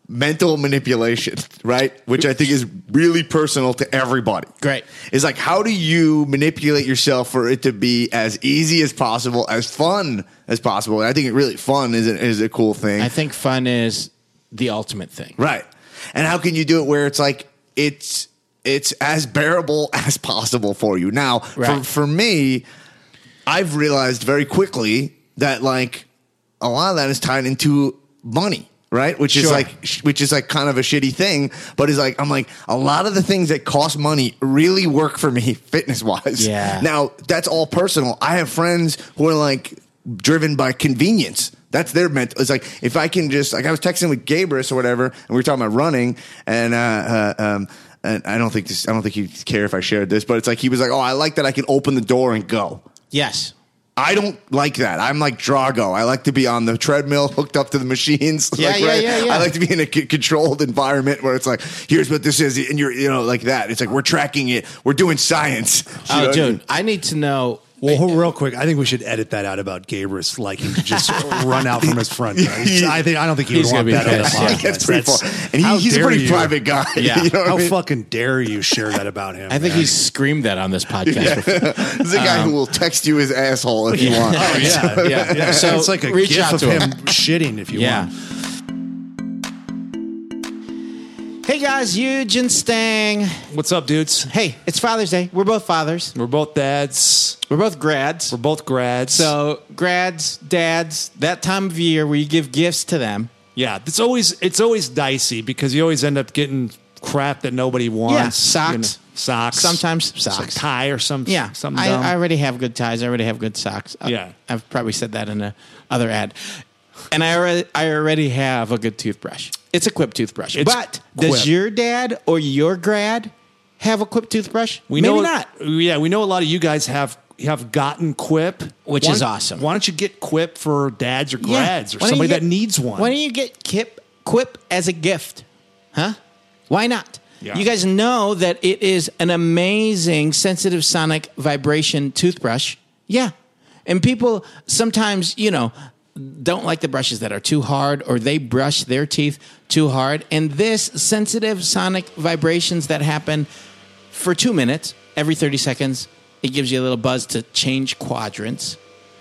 mental manipulation, right? Which I think is really personal to everybody.
Great.
Is like, how do you manipulate yourself for it to be as easy as possible, as fun as possible? And I think it really fun is a, is a cool thing.
I think fun is the ultimate thing.
Right. And how can you do it where it's like it's it's as bearable as possible for you? Now, for,
Right.
for me, I've realized very quickly that like a lot of that is tied into money, right? Which is
Sure.
like sh- which is like kind of a shitty thing, but it's like I'm like a lot of the things that cost money really work for me fitness wise.
Yeah.
Now, that's all personal. I have friends who are like driven by convenience. That's their mental. It's like if I can just like I was texting with Gabris or whatever, and we were talking about running, and uh, uh, um, and I don't think this. I don't think he'd care if I shared this, but it's like he was like, "Oh, I like that I can open the door and go."
Yes.
I don't like that. I'm like Drago. I like to be on the treadmill, hooked up to the machines.
Yeah,
like,
yeah, yeah, yeah.
I like to be in a c- controlled environment where it's like, here's what this is, and you're, you know, like that. It's like we're tracking it. We're doing science. You know
Oh,
what I mean?
dude, I need to know.
well, hold- real quick, I think we should edit that out about Gabrus liking to just run out from his front. door. He's- I think I don't think he
He's
would
gonna
want
be
that on the
pissed, yeah.
podcast.
That's pretty far. And
how
he, he's a
dare
pretty
you.
private guy.
Yeah.
you know what I
How
mean?
fucking dare you share that about him?
I think
man.
he's screamed that on this podcast. before.
This is a guy who will text you his asshole if you want.
Oh yeah, yeah, yeah.
So,
it's like a
reach
gif
out
of
to
him,
him.
shitting if you
Yeah.
want.
Hey guys, Huge and Stang.
What's up, dudes?
Hey, it's Father's Day. We're both fathers.
We're both dads.
We're both grads.
We're both grads.
So grads, dads, that time of year where you give gifts to them.
yeah, it's always it's always dicey because you always end up getting crap that nobody wants.
Yeah, socks.
you know, socks.
Sometimes
Some
socks.
tie or some
Yeah,
something. dumb.
I, I already have good ties. I already have good socks. I-
Yeah.
I've probably said that in a other ad, and I already, I already have a good toothbrush. It's a Quip toothbrush.
It's
but does
Quip.
your dad or your grad have a Quip toothbrush?
we
Maybe
know
not.
Yeah, we know a lot of you guys have have gotten Quip,
Which
Why
is
don't-
awesome.
Why don't you get Quip for dads or
Yeah.
grads or
Why don't
somebody
you get-
that needs one?
Why don't you get Kip, Quip as a gift? Huh? Why not?
Yeah.
You guys know that it is an amazing sensitive sonic vibration toothbrush. Yeah. And people sometimes, you know, don't like the brushes that are too hard or they brush their teeth too hard. And this sensitive sonic vibrations that happen for two minutes every 30 seconds, it gives you a little buzz to change quadrants,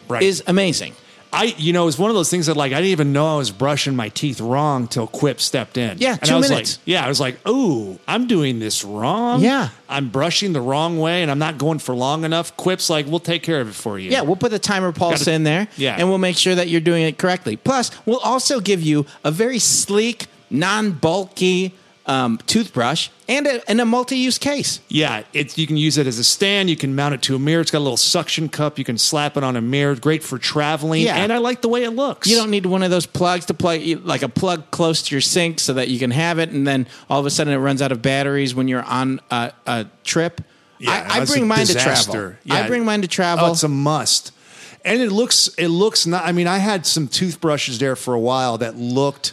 Right.
is amazing.
I, you know, it's one of those things that like I didn't even know I was brushing my teeth wrong till Quip stepped in.
Yeah,
and
two
I was
minutes.
Like, yeah, I was like, oh, I'm doing this wrong.
Yeah.
I'm brushing the wrong way, and I'm not going for long enough. Quip's like, we'll take care of it for you.
Yeah, we'll put the timer pulse
Gotta-
in there.
Yeah.
And we'll make sure that you're doing it correctly. Plus, we'll also give you a very sleek, non bulky um, toothbrush and a, and a multi use case.
yeah. It's you can use it as a stand. You can mount it to a mirror. It's got a little suction cup. You can slap it on a mirror. Great for traveling.
Yeah.
and I like the way it looks.
You don't need one of those plugs to plug, like a plug close to your sink so that you can have it. And then all of a sudden it runs out of batteries when you're on a, a trip.
Yeah,
I, I
that's
bring
a
mine to
disaster.
travel. I
Yeah.
bring mine to travel.
Oh, it's a must. And it looks it looks not I mean, I had some toothbrushes there for a while that looked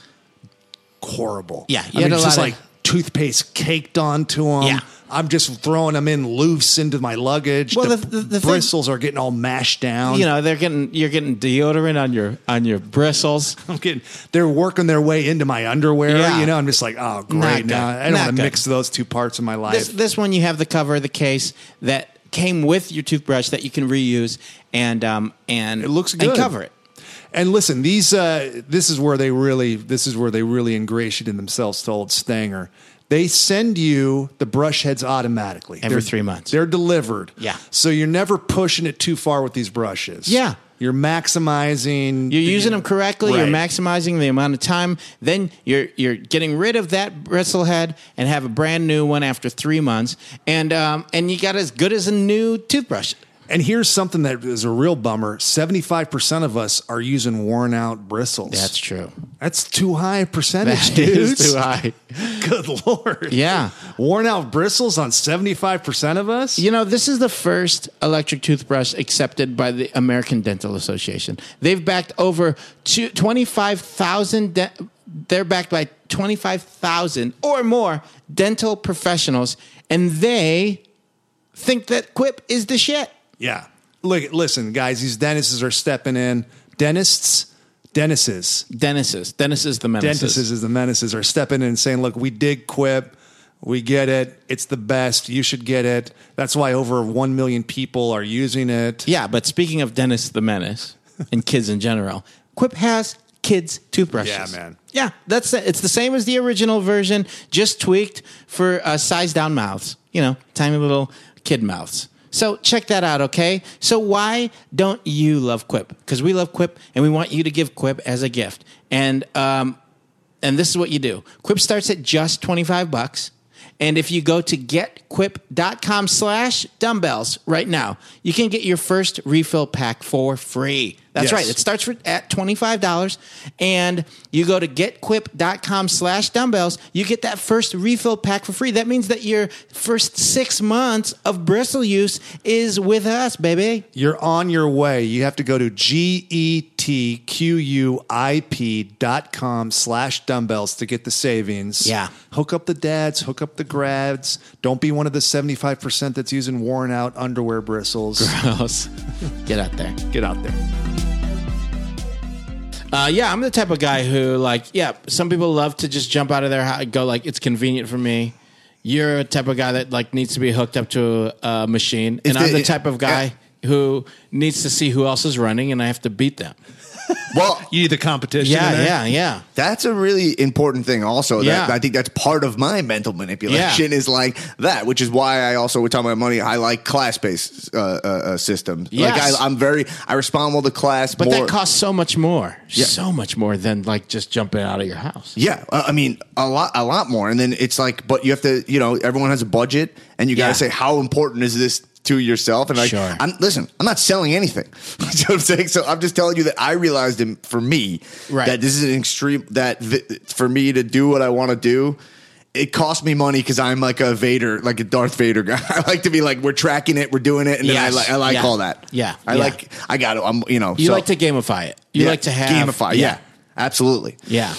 horrible.
Yeah, you
I
had
mean,
a
it's just
lot
like
of-
toothpaste caked onto them.
Yeah.
I'm just throwing them in loose into my luggage.
Well,
the,
the- the- the thing-
bristles are getting all mashed down.
you know, they're getting you're getting deodorant on your on your bristles.
I'm getting they're working their way into my underwear.
Yeah.
You know, I'm just like, oh
Not
great.
good.
Now I don't
Not
want
good.
to mix those two parts of my life.
This this one you have the cover, the case that came with your toothbrush that you can reuse and um and
It looks
and
good.
cover it.
And listen, these uh, this is where they really this is where they really ingratiated themselves to old Stanger. They send you the brush heads automatically
Every three months.
They're delivered.
Yeah.
So you're never pushing it too far with these brushes.
Yeah.
You're maximizing.
You're using them correctly. You're
Right.
maximizing the amount of time. Then you're you're getting rid of that bristle head and have a brand new one after three months. And um, and you got as good as a new toothbrush.
And here's something that is a real bummer: seventy five percent of us are using worn out bristles.
true.
that's too high a percentage,
That
dude.
is too high.
Good lord.
Yeah.
Worn out bristles on seventy five percent of us.
You know, this is the first electric toothbrush accepted by the American Dental Association. They've backed over two- 25,000, de- they're backed by 25,000 or more dental professionals, and they think that Quip is the shit.
Yeah. Look, listen, guys, these dentists are stepping in. Dentists, dentists,
Dentists. Dentists is the menaces.
dentists is the menaces are stepping in and saying, look, we dig Quip. We get it. It's the best. You should get it. That's why over 1 million people are using it.
Yeah, but speaking of Dennis the Menace and kids in general, Quip has kids toothbrushes.
Yeah, man.
Yeah, that's it. It's the same as the original version, just tweaked for uh, size down mouths. You know, tiny little kid mouths. So check that out, okay? So why don't you love Quip? Because we love Quip, and we want you to give Quip as a gift. And um, and this is what you do quip starts at just 25 bucks and if you go to getquip.com slash dumbbells right now you can get your first refill pack for free that's
Yes.
right it starts for, at $25 and you go to getquip.com slash dumbbells you get that first refill pack for free that means that your first six months of bristle use is with us baby
You're on your way. You have to go to E G-E-T-Q-U-I-P dot com slash dumbbells to get the savings.
Yeah.
Hook up the dads, hook up the grads. Don't be one of the 75% that's using worn out underwear bristles.
get out there
Get out there.
Uh, yeah, I'm the type of guy who, like, yeah, some people love to just jump out of their house, go like, it's convenient for me. You're a type of guy that like needs to be hooked up to a, a machine, and I'm
the-
the type of guy who needs to see who else is running, and I have to beat them.
Well,
You need the competition. in
Yeah,
there.
yeah, yeah.
That's a really important thing. Also, that,
Yeah.
I think that's part of my mental manipulation
Yeah.
is like that, which is why I also with talking about money. I like class based uh, uh, uh, systems.
Yes.
Like I, I'm very, I respond well to class,
But
more.
that costs so much more, so much more than like just jumping out of your house.
Yeah, uh, I mean a lot, a lot more. And then it's like, but you have to, you know, everyone has a budget, and you got to
Yeah.
say how important is this to yourself. And like,
Sure.
I'm listen, I'm not selling anything. you know what I'm saying? So I'm just telling you that I realized, in, for me,
Right.
that this is an extreme. That th- for me to do what I want to do. It cost me money because I'm like a Vader, like a Darth Vader guy. I like to be like, we're tracking it, we're doing it, and then I,
Yes.
like I like
Yeah.
all that.
Yeah.
I
Yeah.
like, I got it. I'm, you know,
You
so-
like to gamify it. You
yeah.
like to have
gamify. yeah, absolutely.
yeah.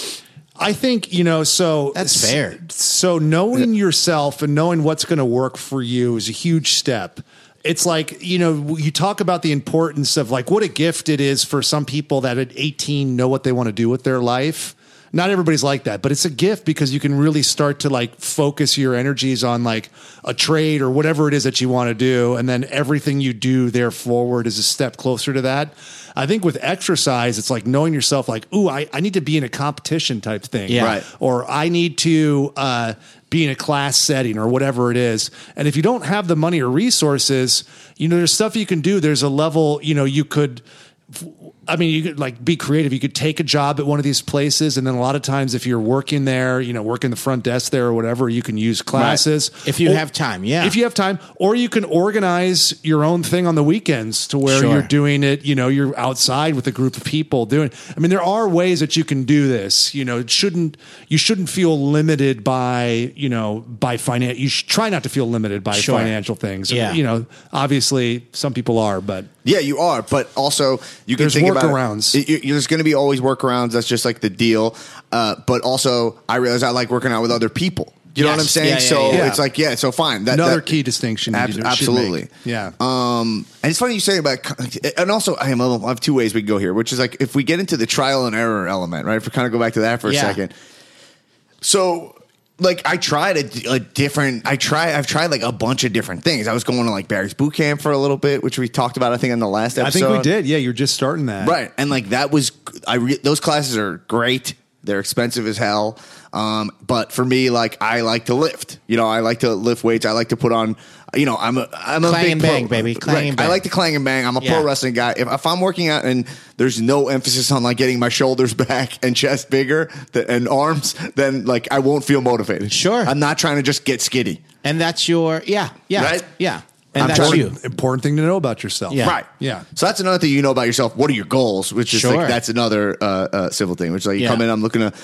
I think, you know, so
That's
s-
fair.
So knowing yourself and knowing what's going to work for you is a huge step. it's like you know you talk about the importance of like what a gift it is for some people that at 18 know what they want to do with their life not everybody's like that but it's a gift because you can really start to like focus your energies on like a trade or whatever it is that you want to do and then everything you do there forward is a step closer to that i think with exercise it's like knowing yourself like ooh i, I need to be in a competition type thing
Yeah.
Right.
or I need to uh, be in a class setting or whatever it is. And if you don't have the money or resources, you know, there's stuff you can do. There's a level, you know, you could. I mean, you could like be creative. You could take a job at one of these places, and then a lot of times, if you're working there, you know, working the front desk there or whatever, you can use classes
If you
Or-
have time, yeah.
If you have time, or you can organize your own thing on the weekends to where
Sure.
you're doing it. You know, you're outside with a group of people doing. I mean, there are ways that you can do this. You know, it shouldn't you shouldn't feel limited by you know by finance. You should try not to feel limited by
Sure.
financial things. And,
Yeah.
you know, obviously some people are, but
Yeah, you are, but also you can
There's
think about it-
workarounds.
It- you- there's going to be always workarounds. That's just like the deal. Uh, but also, I realize I like working out with other people. You know
Yes.
what I'm saying?
Yeah, yeah,
so
yeah.
it's like, yeah, so fine. That,
another
that-
key distinction.
Ab-
you should make.
absolutely.
yeah.
Um, and it's funny you say about, and also I am. I have two ways we can go here, which is like if we get into the trial and error element, right? If we kind of go back to that for a
Yeah.
second. So, like, I tried a, a different. I try. I've tried like a bunch of different things. I was going to like Barry's boot camp for a little bit, which we talked about. I think in the last episode.
I think we did. Yeah, you're just starting that.
Right, and like that was I. Re- those classes are great. They're expensive as hell. Um, but for me, like I like to lift. You know, I like to lift weights. I like to put on. You know, I'm a I'm a
Clang
big
and
pro-
bang, baby. Clang
Right.
and bang.
I like to clang and bang. I'm a pro
Yeah.
wrestling guy. If, if I'm working out and there's no emphasis on like getting my shoulders back and chest bigger th- and arms, then like I won't feel motivated.
Sure.
I'm not trying to just get skitty.
and that's your yeah yeah
Right?
yeah, and
I'm
that's
trying-
you.
Important thing to know about yourself.
Yeah.
Right.
Yeah.
So that's another thing you know about yourself. What are your goals? Which is
Sure.
like that's another uh, uh, civil thing. Which is like you
Yeah.
come in, I'm looking to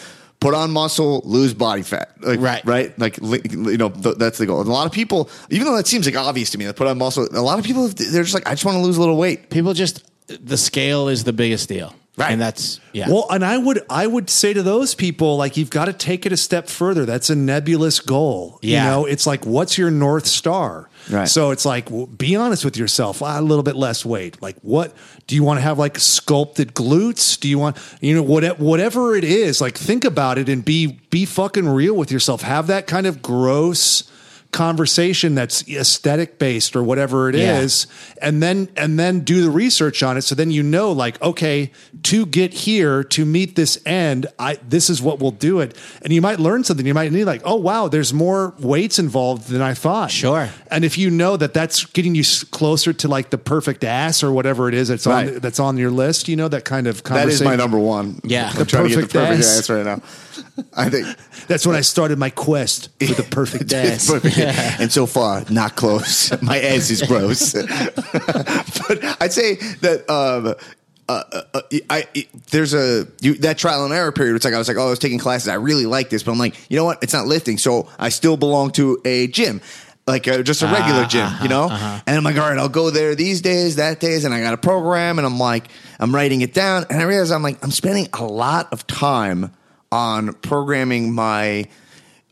put on muscle, lose body fat. Like,
Right.
Right. Like li- you know th- that's the goal. And a lot of people, even though that seems like obvious to me, that put on muscle. A lot of people they're just like, I just want to lose a little weight.
People just the scale is the biggest deal,
Right.
And that's yeah.
Well, and I would I would say to those people like you've got to take it a step further. That's a nebulous goal.
Yeah.
You know, it's like what's your north star?
Right.
So it's like w be honest with yourself. Ah, a little bit less weight. Like what do you want to have like sculpted glutes? Do you want you know what, whatever it is? Like think about it and be be fucking real with yourself. Have that kind of gross conversation that's aesthetic based or whatever it is
Yeah.
and then and then do the research on it so then you know like okay to get here to meet this end i this is what will do it and you might learn something you might need like oh wow there's more weights involved than i thought
Sure.
and if you know that that's getting you s- closer to like the perfect ass or whatever it is that's on
Right.
that's on your list you know that kind of
That is
conversation
my number one.
Yeah.
I'm
The
trying to get the
perfect
perfect
ass.
answer right now. I think.
that's when i started my quest for the perfect ass
It's perfect. and so far, not close. My ass is gross. but I'd say that um, uh, uh, I there's a you, that trial and error period. It's like I was like, oh, I was taking classes. I really like this, but I'm like, you know what? It's not lifting, so I still belong to a gym. Like uh, just a regular gym, you know, and I'm like, all right, I'll go there these days, that days, and I got a program, and I'm like, I'm writing it down, and I realize I'm like, I'm spending a lot of time on programming my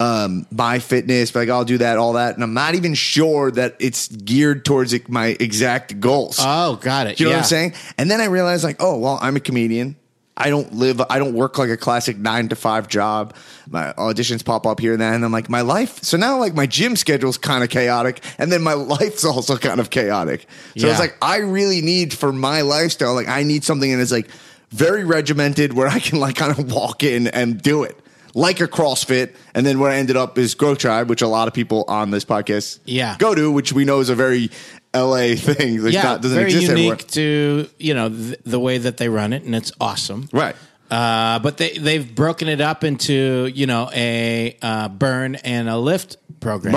um, my fitness, like I'll do that, all that, and I'm not even sure that it's geared towards like, my exact goals.
oh, got it.
you know
yeah.
what I'm saying? And then I realized, like, oh well, I'm a comedian. I don't live. I don't work like a classic nine to five job. My auditions pop up here and there, and I'm like, my life. So now, like, my gym schedule's kind of chaotic, and then my life's also kind of chaotic. So
Yeah.
it's like I really need for my lifestyle. Like, I need something that is like very regimented, where I can like kind of walk in and do it. Like a CrossFit, and then what I ended up is Grow Tribe, which a lot of people on this podcast
Yeah.
go to, which we know is a very LA thing. Like,
yeah,
not- doesn't
very
exist
unique
anywhere.
to you know th- the way that they run it, and it's awesome.
Right.
Uh, but they they've broken it up into you know a uh, burn and a lift program,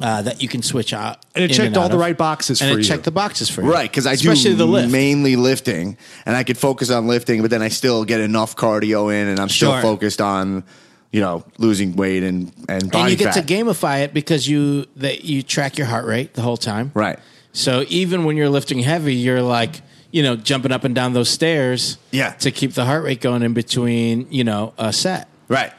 Uh, that you can switch out,
And it
in
checked all
out
the
of.
right boxes
and
for
it
you.
checked the boxes for you,
Right, because I do
especially the lift.
mainly lifting, and I could focus on lifting, but then I still get enough cardio in, and I'm still
Sure.
focused on, you know, losing weight and and body
and you get
fat.
to gamify it because you that you track your heart rate the whole time,
Right.
So even when you're lifting heavy, you're like you know jumping up and down those stairs,
Yeah.
to keep the heart rate going in between you know a set.
Right.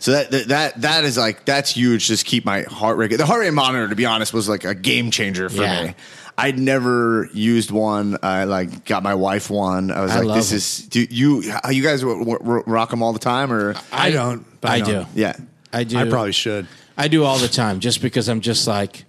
So that, that that that is like that's huge. Just keep my heart rate. The heart rate monitor, to be honest, was like a game changer for
Yeah.
me. I'd never used one. I like got my wife one. I was
I
like,
love
this is do you you guys w- w- rock them all the time or
I don't. but
I,
I
do.
don't.
yeah.
I do.
I probably should.
I do all the time, just because I'm just like,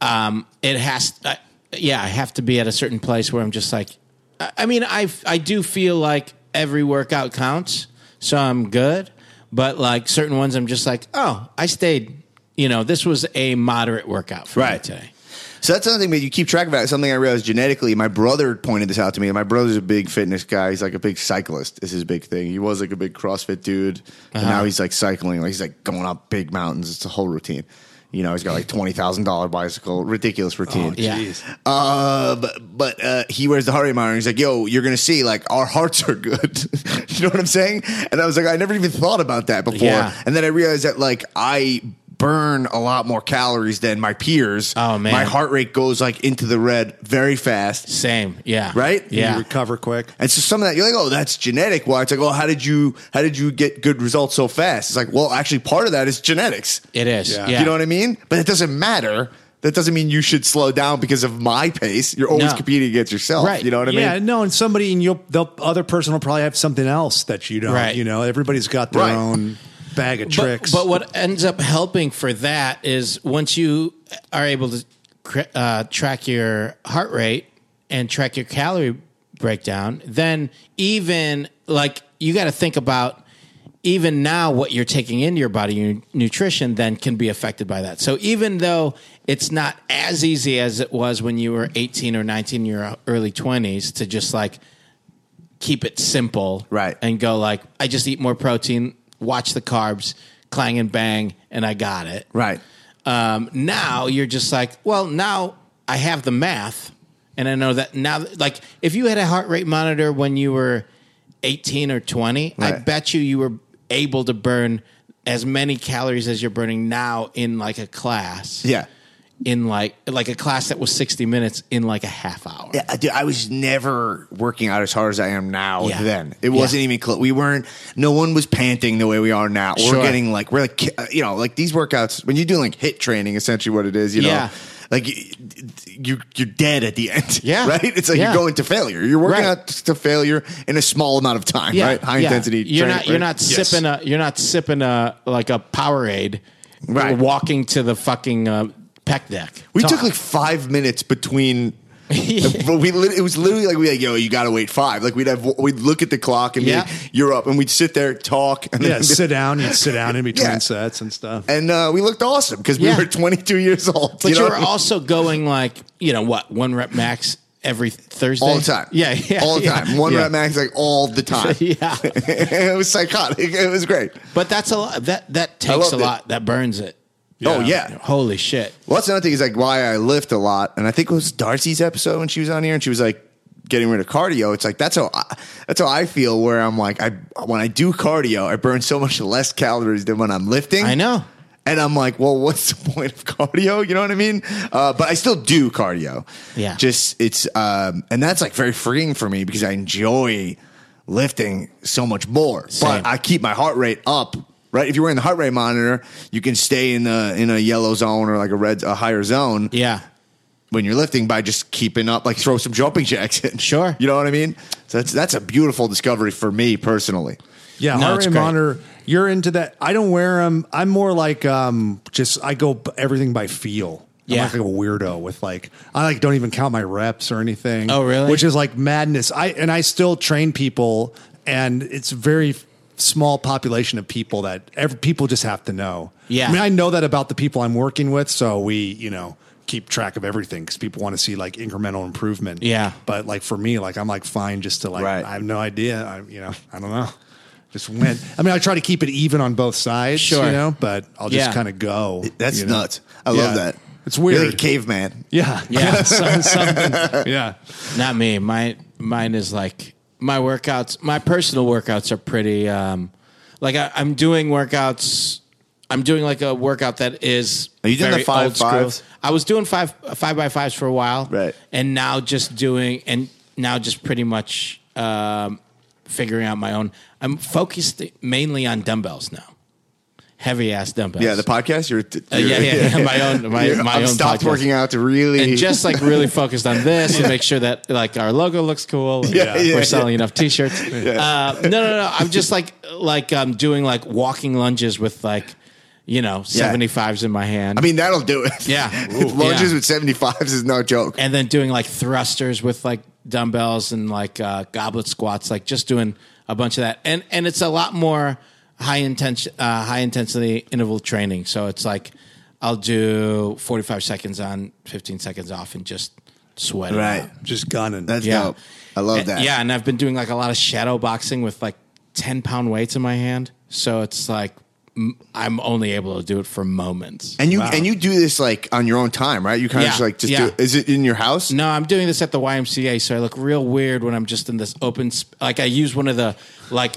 um, it has. I, yeah, I have to be at a certain place where I'm just like, I, I mean, I I do feel like every workout counts, so I'm good. But like certain ones, I'm just like, oh, I stayed. You know, this was a moderate workout for
Right.
me today.
So that's something that you keep track of. It. Something I realized genetically. My brother pointed this out to me. My brother's a big fitness guy. He's like a big cyclist. Is his big thing. He was like a big CrossFit dude, and now he's like cycling. Like he's like going up big mountains. It's a whole routine. You know, he's got like twenty thousand dollar bicycle. Ridiculous routine.
Oh, Yeah,
Uh, but but uh, he wears the heart rate monitor. He's like, yo, you're gonna see, like our hearts are good. you know what I'm saying? And I was like, I never even thought about that before.
Yeah.
And then I realized that like I burn a lot more calories than my peers.
Oh, man.
my heart rate goes like into the red very fast.
same. Yeah,
Right?
You
Yeah,
recover quick.
And so some of that you're like, oh, that's genetic. Why? It's like, oh, how did you how did you get good results so fast? It's like, well, actually, part of that is genetics.
it is. Yeah,
You know what I mean? But it doesn't matter. That doesn't mean you should slow down because of my pace. You're always
No.
competing against yourself.
Right.
You know what I mean?
yeah, no, and somebody and you'll the other person will probably have something else that you don't.
Right.
You know, everybody's got their
Right.
own bag of
But-
tricks.
But, what ends up helping for that is once you are able to cr- uh, track your heart rate and track your calorie breakdown, then even like you got to think about even now what you're taking into your body, your nutrition then can be affected by that. So even though it's not as easy as it was when you were 18 or 19, your early 20s, to just like keep it simple,
Right.
And go like, I just eat more protein, watch the carbs, clang and bang, and I got it.
Right.
Um, now you're just like, well, now I have the math, and I know that now. Like, if you had a heart rate monitor when you were 18 or 20, I
Right.
bet you you were able to burn as many calories as you're burning now in like a class.
Yeah.
In like like a class that was 60 minutes in like a half hour.
Yeah, I- dude, I was never working out as hard as I am now.
Yeah.
Then it wasn't
Yeah.
even close. We weren't. No one was panting the way we are now. We're
Sure.
getting like we're like ki- uh, you know like these workouts when you do like hit training, essentially what it is. You know,
Yeah.
like y- you you're dead at the end.
Yeah.
right. It's like
Yeah.
you're going to failure. You're working
Right.
out to failure in a small amount of time. Right. High intensity.
You're
training,
not you're
right?
not
Yes.
sipping a you're not sipping a like a Powerade.
Right.
You're Walking to the fucking uh, pec deck.
We
Talk.
took like five minutes between. but we lit- it was literally like we like yo you gotta wait five like we'd have we'd look at the clock and be
Yeah.
like, you're up and we'd sit there talk and
yeah,
then-
sit down. You'd sit down in between
Yeah.
sets and stuff.
and uh, we looked awesome because we
Yeah.
were 22 years old
but
you know?
you were also going like you know what one rep max every Thursday
all the time
Yeah, yeah
all the
yeah.
time one
Yeah.
rep max like all the time
Yeah.
it was psychotic it was great
But that's a lot. That that takes
loved
a
it.
lot. That burns it.
oh yeah
Holy shit.
Well, that's another thing is like why I lift a lot, and I think it was Darcy's episode when she was on here, and she was like getting rid of cardio. It's like that's how I, that's how I feel. Where I'm like, I when I do cardio, I burn so much less calories than when I'm lifting.
I know.
And I'm like, well, what's the point of cardio? You know what I mean? Uh, but I still do cardio.
Yeah.
Just it's um, and that's like very freeing for me because I enjoy lifting so much more.
Same.
But I keep my heart rate up. Right. If you're wearing the heart rate monitor, you can stay in the in a yellow zone or like a red a higher zone
Yeah.
when you're lifting by just keeping up, like throw some jumping jacks in.
Sure.
You know what I mean? So that's that's a beautiful discovery for me personally.
Yeah,
No,
heart
it's
rate
great.
monitor. You're into that. I don't wear them. I'm more like um, just I go b- everything by feel. I'm
Yeah.
like, a weirdo with like I like don't even count my reps or anything.
Oh, really?
Which is like madness. I and I still train people, and it's very f- small population of people that ev people just have to know.
Yeah.
I mean I know that about the people I'm working with, so we you know keep track of everything because people want to see like incremental improvement.
Yeah.
but like for me, like I'm like fine just to like
Right.
I have no idea. I you know I don't know just went. I mean, I try to keep it even on both sides,
Sure.
you know, but I'll just
Yeah.
kind of go.
That's
you know?
nuts. I
Yeah.
love that.
It's weird.
You're like a caveman.
Yeah, yeah, some- something. yeah.
Not me. My mine is like my workouts. My personal workouts are pretty. Um, like I, I'm doing workouts. I'm doing like a workout that is.
Are you doing the
very
five
old school.
fives?
I was doing five five by fives for a while,
Right.
And now just doing and now just pretty much um, figuring out my own. I'm focused mainly on dumbbells now. heavy ass dumbbells.
Yeah, the podcast. You're,
Uh, yeah, yeah, yeah, my own, my,
You're-
my
I've
own.
stopped
podcast.
working out to really
and just like really focused on this and make sure that like our logo looks cool. and
Yeah, yeah,
we're selling enough T-shirts. Uh, no, no, no. I'm just like like um, doing like walking lunges with like you know
Yeah.
seventy fives in my hand.
I mean, that'll do it.
Yeah. Ooh.
Lunges
Yeah.
with 75s is no joke.
and then doing like thrusters with like dumbbells and like uh, goblet squats, like just doing a bunch of that. And and it's a lot more high intention, uh, high intensity interval training. So it's like I'll do forty five seconds on, fifteen seconds off, and just sweat. it out.
Right.
Just gunning.
That's
Yeah.
dope. I love
And-
that.
Yeah, and I've been doing like a lot of shadow boxing with like ten pound weights in my hand. So it's like m- I'm only able to do it for moments.
And you and you do this like on your own time, right? You kind
Yeah.
of just like just
Yeah.
do. Is it in your house?
No, I'm doing this at the YMCA, so I look real weird when I'm just in this open. Sp- like I use one of the like.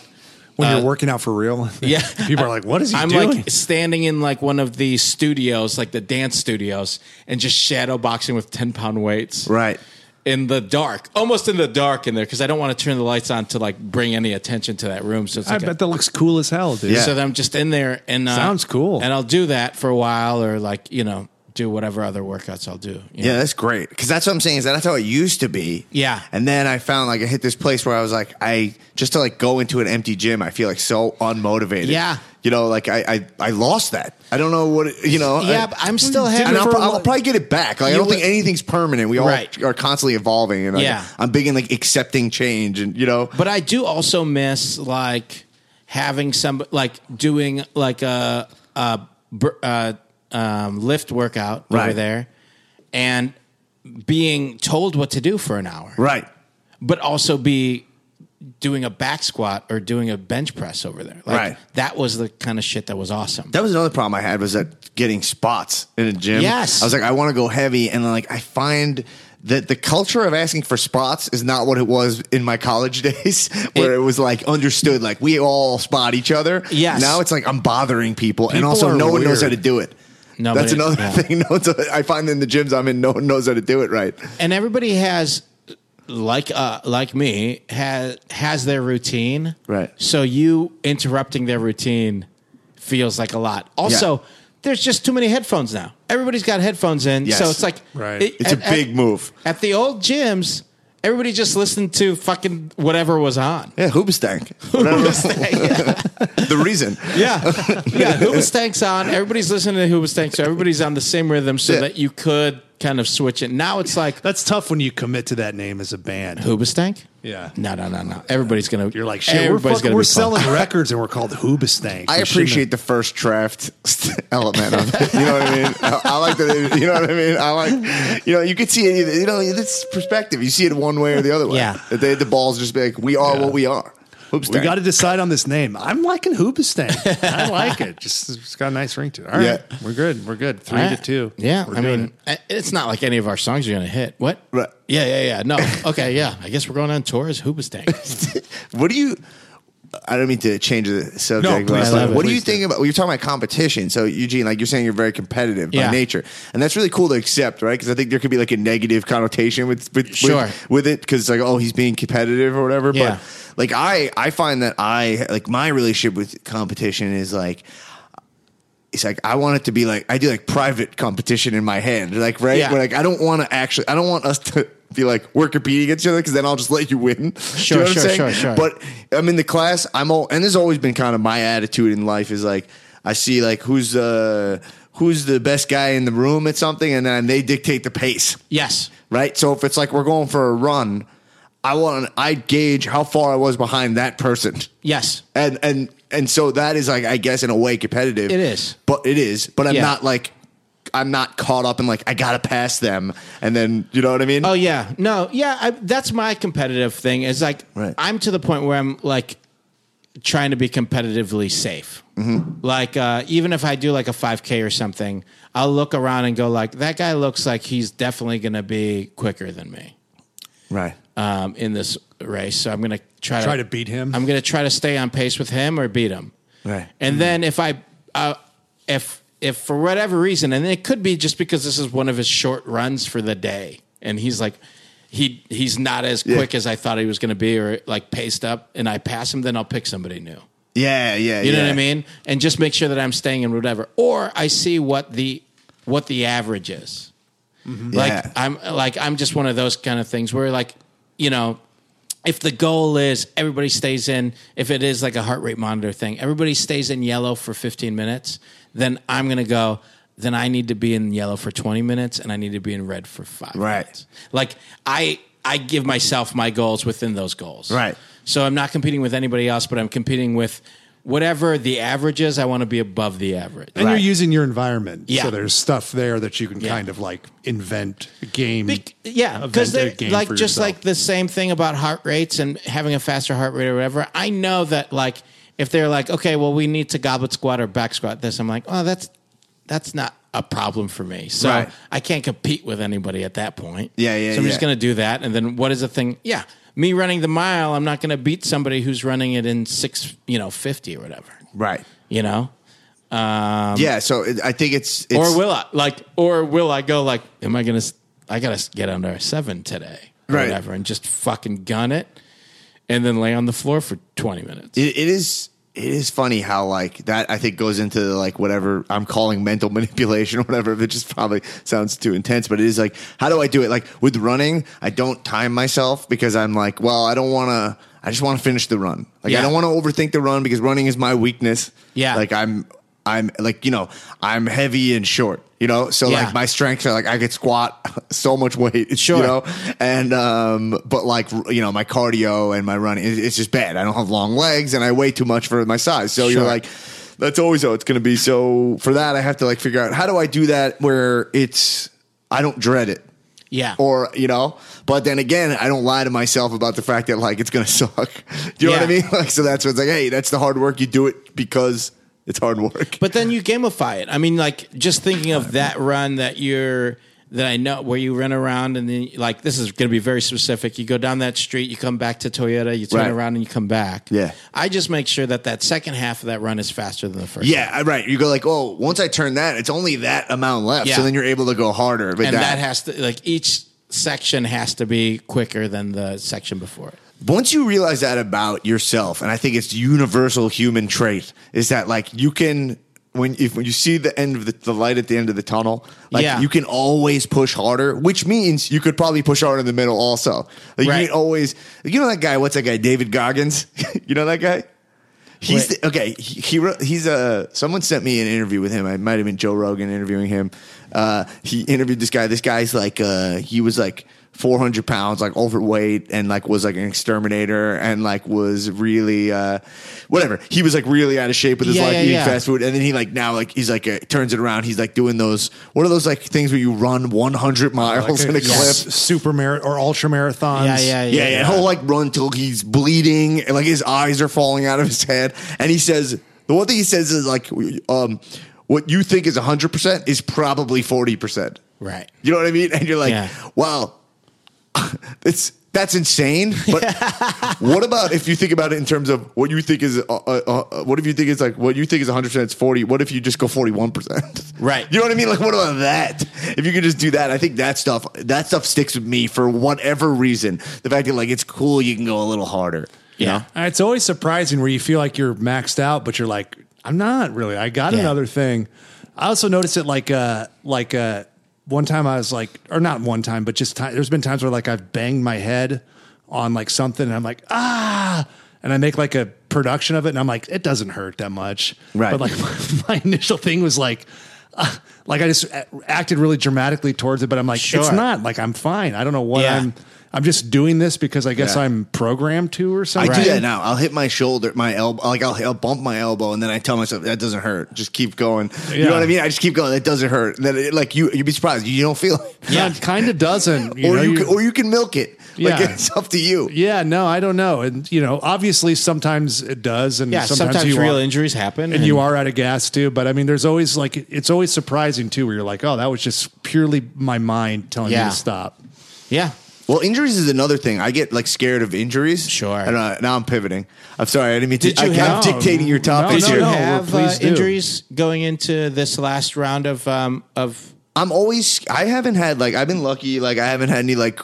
when
uh,
you're working out for real,
yeah,
people are like, "What is he
I'm
doing?"
like standing in like one of the studios, like the dance studios, and just shadow boxing with ten pound weights.
Right.
In the dark, almost in the dark in there, because I don't want to turn the lights on to like bring any attention to that room. So it's
I
like a-
bet that looks cool as hell, dude.
Yeah.
So then I'm just in there and uh,
Sounds cool.
And I'll do that for a while, or like you know, do whatever other workouts I'll do. you know.
Yeah, that's great. Because that's what I'm saying is that's how it used to be.
Yeah.
And then I found like I hit this place where I was like, I just to like go into an empty gym, I feel like so unmotivated.
Yeah.
You know, like I I, I lost that. I don't know what it, you know.
Yeah,
I,
but I'm still having-
And I'll,
for a
pro- I'll
lo-
probably get it back. Like I
You
don't think
would-
anything's permanent. We all
Right.
are constantly evolving, and like,
Yeah.
I'm big in like accepting change, and you know.
But I do also miss like having some like doing like a a br- uh, um, lift workout over
Right.
there, and being told what to do for an hour,
Right.
but also be doing a back squat or doing a bench press over there. Like,
Right.
That was the kind of shit that was awesome.
That was another problem I had was that getting spots in a gym.
Yes.
I was like, I want to go heavy, and like I find that the culture of asking for spots is not what it was in my college days, where it,
It-
was like understood, like we all spot each other.
Yes.
Now it's like I'm bothering people, and
People
also
are
no one knows how
weird.
to do it.
No,
that's
but it-
another
yeah.
thing. No one's, I find in the gyms I'm in, no one knows how to do it right.
and everybody has like uh like me has has their routine
Right.
so you interrupting their routine feels like a lot also
Yeah.
there's just too many headphones now everybody's got headphones in
Yes.
so it's like
Right.
It's a big move.
at the old gyms everybody just listened to fucking whatever was on
Yeah, hoobastank. the reason.
yeah yeah hoobastank's on everybody's listening to hoobastank so everybody's on the same rhythm so
Yeah.
that you could kind of switch it now it's like
That's tough when you commit to that name as a band.
hoobastank
Yeah.
no no no no everybody's gonna
You're like, shit, we're, fucking,
gonna
we're
be called-
selling records and we're called Hoobastank.
I
We shouldn't
appreciate the first draft element of it. You know what I mean? I, I like that. You know what I mean? I like, you know, you could see it either, you know, this perspective. You see it one way or the other way.
Yeah.
If they had the balls, just be like, we are what we are. Oops,
have- We got to decide on this name. I'm liking Hoobastank. I like it. Just it's got a nice ring to it. All right,
Yeah.
we're good. We're good. Three
Yeah.
to two.
Yeah,
We're
I
doing
mean, I- it's not like any of our songs are going to hit. What?
Right.
Yeah, yeah, yeah. No. Okay, yeah. I guess we're going on tour as Hoobastank.
What do you? I don't mean to change the subject.
No,
but
please
like,
do.
what do you
Please do.
think about? Well, you're talking about competition. So Eugene, like you're saying, you're very competitive by
Yeah.
nature, and that's really cool to accept, right? Because I think there could be like a negative connotation with with
Sure.
with, with it, because like oh he's being competitive or whatever.
Yeah.
But like I I find that I like my relationship with competition is like. It's like I want it to be like I do like private competition in my head, like right.
Yeah.
Where like I don't want to actually, I don't want us to be like we're competing against each other because then I'll just let you win.
Sure,
Do you know what I'm
sure,
saying?
sure, sure.
But I'm in the class. I'm all, and this has always been kind of my attitude in life is like I see like who's uh who's the best guy in the room at something, and then they dictate the pace,
yes.
right? So if it's like we're going for a run, I want I gauge how far I was behind that person,
Yes.
and and and so that is like I guess in a way competitive.
It is.
but it is. But I'm
Yeah.
not like. I'm not caught up in like I gotta pass them, and then you know what I mean.
Oh yeah. No. Yeah. I, that's my competitive thing. Is like
Right.
I'm to the point where I'm like trying to be competitively safe.
Mm-hmm.
Like uh, even if I do like a 5K or something, I'll look around and go like, that guy looks like he's definitely going to be quicker than me.
right.
um, in this race. So I'm going to try
Try to beat him?
uh, I'm going to try to stay on pace with him or beat him.
Right.
And
Mm.
then if I, uh, if if for whatever reason, and it could be just because this is one of his short runs for the day, and he's like, he he's not as quick as I thought he was going to be, or like paced up, and I pass him, then I'll pick somebody new.
Yeah, yeah,
You know what I
yeah.
mean? And just make sure that I'm staying in whatever. Or I see what the what the average is. Like
Mm-hmm. Yeah.
I'm like I'm just one of those kind of things where like, you know, if the goal is everybody stays in, if it is like a heart rate monitor thing, everybody stays in yellow for 15 minutes, then I'm going to go then I need to be in yellow for 20 minutes and I need to be in red for 5
Right.
minutes. Like I I give myself my goals within those goals.
Right.
So I'm not competing with anybody else, but I'm competing with whatever the average is. I want to be above the average.
And
Right.
you're using your environment.
Yeah.
So there's stuff there that you can
Yeah.
kind of like invent game.
Bec- yeah, because
Event a
they're
game
like
for
just
yourself.
like the same thing about heart rates and having a faster heart rate or whatever. I know that like if they're like, okay, well, we need to goblet squat or back squat this, I'm like, oh, that's that's not a problem for me. So
Right.
I can't compete with anybody at that point.
Yeah, yeah,
So I'm
yeah.
just gonna do that, and then what is the thing? Yeah, me running the mile, I'm not gonna beat somebody who's running it in six, you know, fifty or whatever.
Right.
You know.
yeah. So it, I think it's, it's
or will I like? Or will I go like? Am I gonna? s- I gotta s- get under a seven today, or
Right.
Whatever, and just fucking gun it, and then lay on the floor for twenty minutes.
it, it is it is funny how like that I think goes into like whatever I'm calling mental manipulation or whatever. It just probably sounds too intense, but it is like how do I do it? Like with running, I don't time myself because I'm like, well, I don't want to. I just want to finish the run. Like
Yeah.
I don't want to overthink the run because running is my weakness.
Yeah.
like I'm. I'm like you know I'm heavy and short you know so
Yeah.
like my strengths are like I could squat so much weight
Sure.
you know and um but like you know my cardio and my running it- it's just bad i don't have long legs and i weigh too much for my size so you're
Sure.
like that's always how it's going to be so for that i have to like figure out how do i do that where it's i don't dread it
Yeah.
or you know but then again i don't lie to myself about the fact that like it's going to suck do you know what i
Yeah.
mean like so that's what's like hey that's the hard work you do it because it's hard work
but then you gamify it. I mean, like just thinking of that run that you're that I know where you run around and then like this is going to be very specific. You go down that street, you come back to Toyota, you turn
Right.
around and you come back.
Yeah.
I just make sure that that second half of that run is faster than the first.
yeah, I- right. You go like, oh, once I turn that, it's only that amount left. So
Yeah.
then you're able to go harder. But
and that has to like each section has to be quicker than the section before it.
once you realize that about yourself, and I think it's universal human trait, is that like you can when if when you see the end of the, the light at the end of the tunnel, like
Yeah.
you can always push harder, which means you could probably push harder in the middle also. Like you
Right.
can always, you know that guy. What's that guy? David Goggins. you know that guy. He's
Wait.
the, okay. He, he wrote, he's a someone sent me an interview with him. I might have been Joe Rogan interviewing him. Uh, he interviewed this guy. This guy's like uh, he was like 400 pounds, like overweight, and like was like an exterminator, and like was really uh, whatever. He was like really out of shape with his
Yeah,
life
yeah,
eating
yeah.
fast food, and then he like now like he's like uh, turns it around. He's like doing those what are those like things where you run 100 miles in a clip?
s- super mar- or ultra marathons.
Yeah, yeah,
Yeah, yeah, He'll like run till he's bleeding, and like his eyes are falling out of his head. And he says, the one thing he says is like, um, what you think is 100% is probably 40%.
Right.
You know what I mean? And you're like,
Yeah.
wow, it's, that's insane. But what about if you think about it in terms of what you think is, uh, uh, uh, what if you think it's like, what you think is 100% is 40. What if you just go 41%?
Right.
You know what I mean? Like, what about that? If you could just do that, I think that stuff, that stuff sticks with me for whatever reason. The fact that like, it's cool. You can go a little harder.
Yeah.
Uh, It's always surprising where you feel like you're maxed out, but you're like, I'm not really. I got
Yeah.
another thing. I also noticed it like uh like uh one time I was like, or not one time, but just time, there's been times where like I've banged my head on like something and I'm like, ah, and I make like a production of it and I'm like, it doesn't hurt that much.
Right.
But like my, initial thing was like, uh, like I just a- acted really dramatically towards it, but I'm like, it's
Sure.
not like I'm fine. I don't know what
Yeah.
I'm, I'm just doing this because I guess
Yeah.
I'm programmed to or something.
I do that now. I'll hit my shoulder, my elbow, like I'll, I'll bump my elbow, and then I tell myself that doesn't hurt. Just keep going. You know
Yeah.
what I mean? I just keep going. That doesn't hurt. And then it, like you, you'd be surprised. You don't feel it,
Yeah, kind of doesn't. You
or
know,
you,
you-
can, or you can milk it. Like
Yeah.
it's up to you.
yeah, no, I don't know. And you know, obviously, sometimes it does, and
Yeah,
sometimes,
sometimes,
you
real
are,
injuries happen,
and you are out of gas too. But I mean, there's always like it's always surprising too, where you're like, oh, that was just purely my mind telling
Yeah.
me to stop.
Yeah,
Well, injuries is another thing. I get like scared of injuries.
Sure.
And uh, now I'm pivoting. I'm sorry. I didn't mean
Did
to.
you
I,
have-
I'm dictating your topic.
no,
Did
here.
you
no.
Oh, have
please
uh,
do.
injuries going into this last round of um, of
I'm always. I haven't had like. I've been lucky. Like I haven't had any like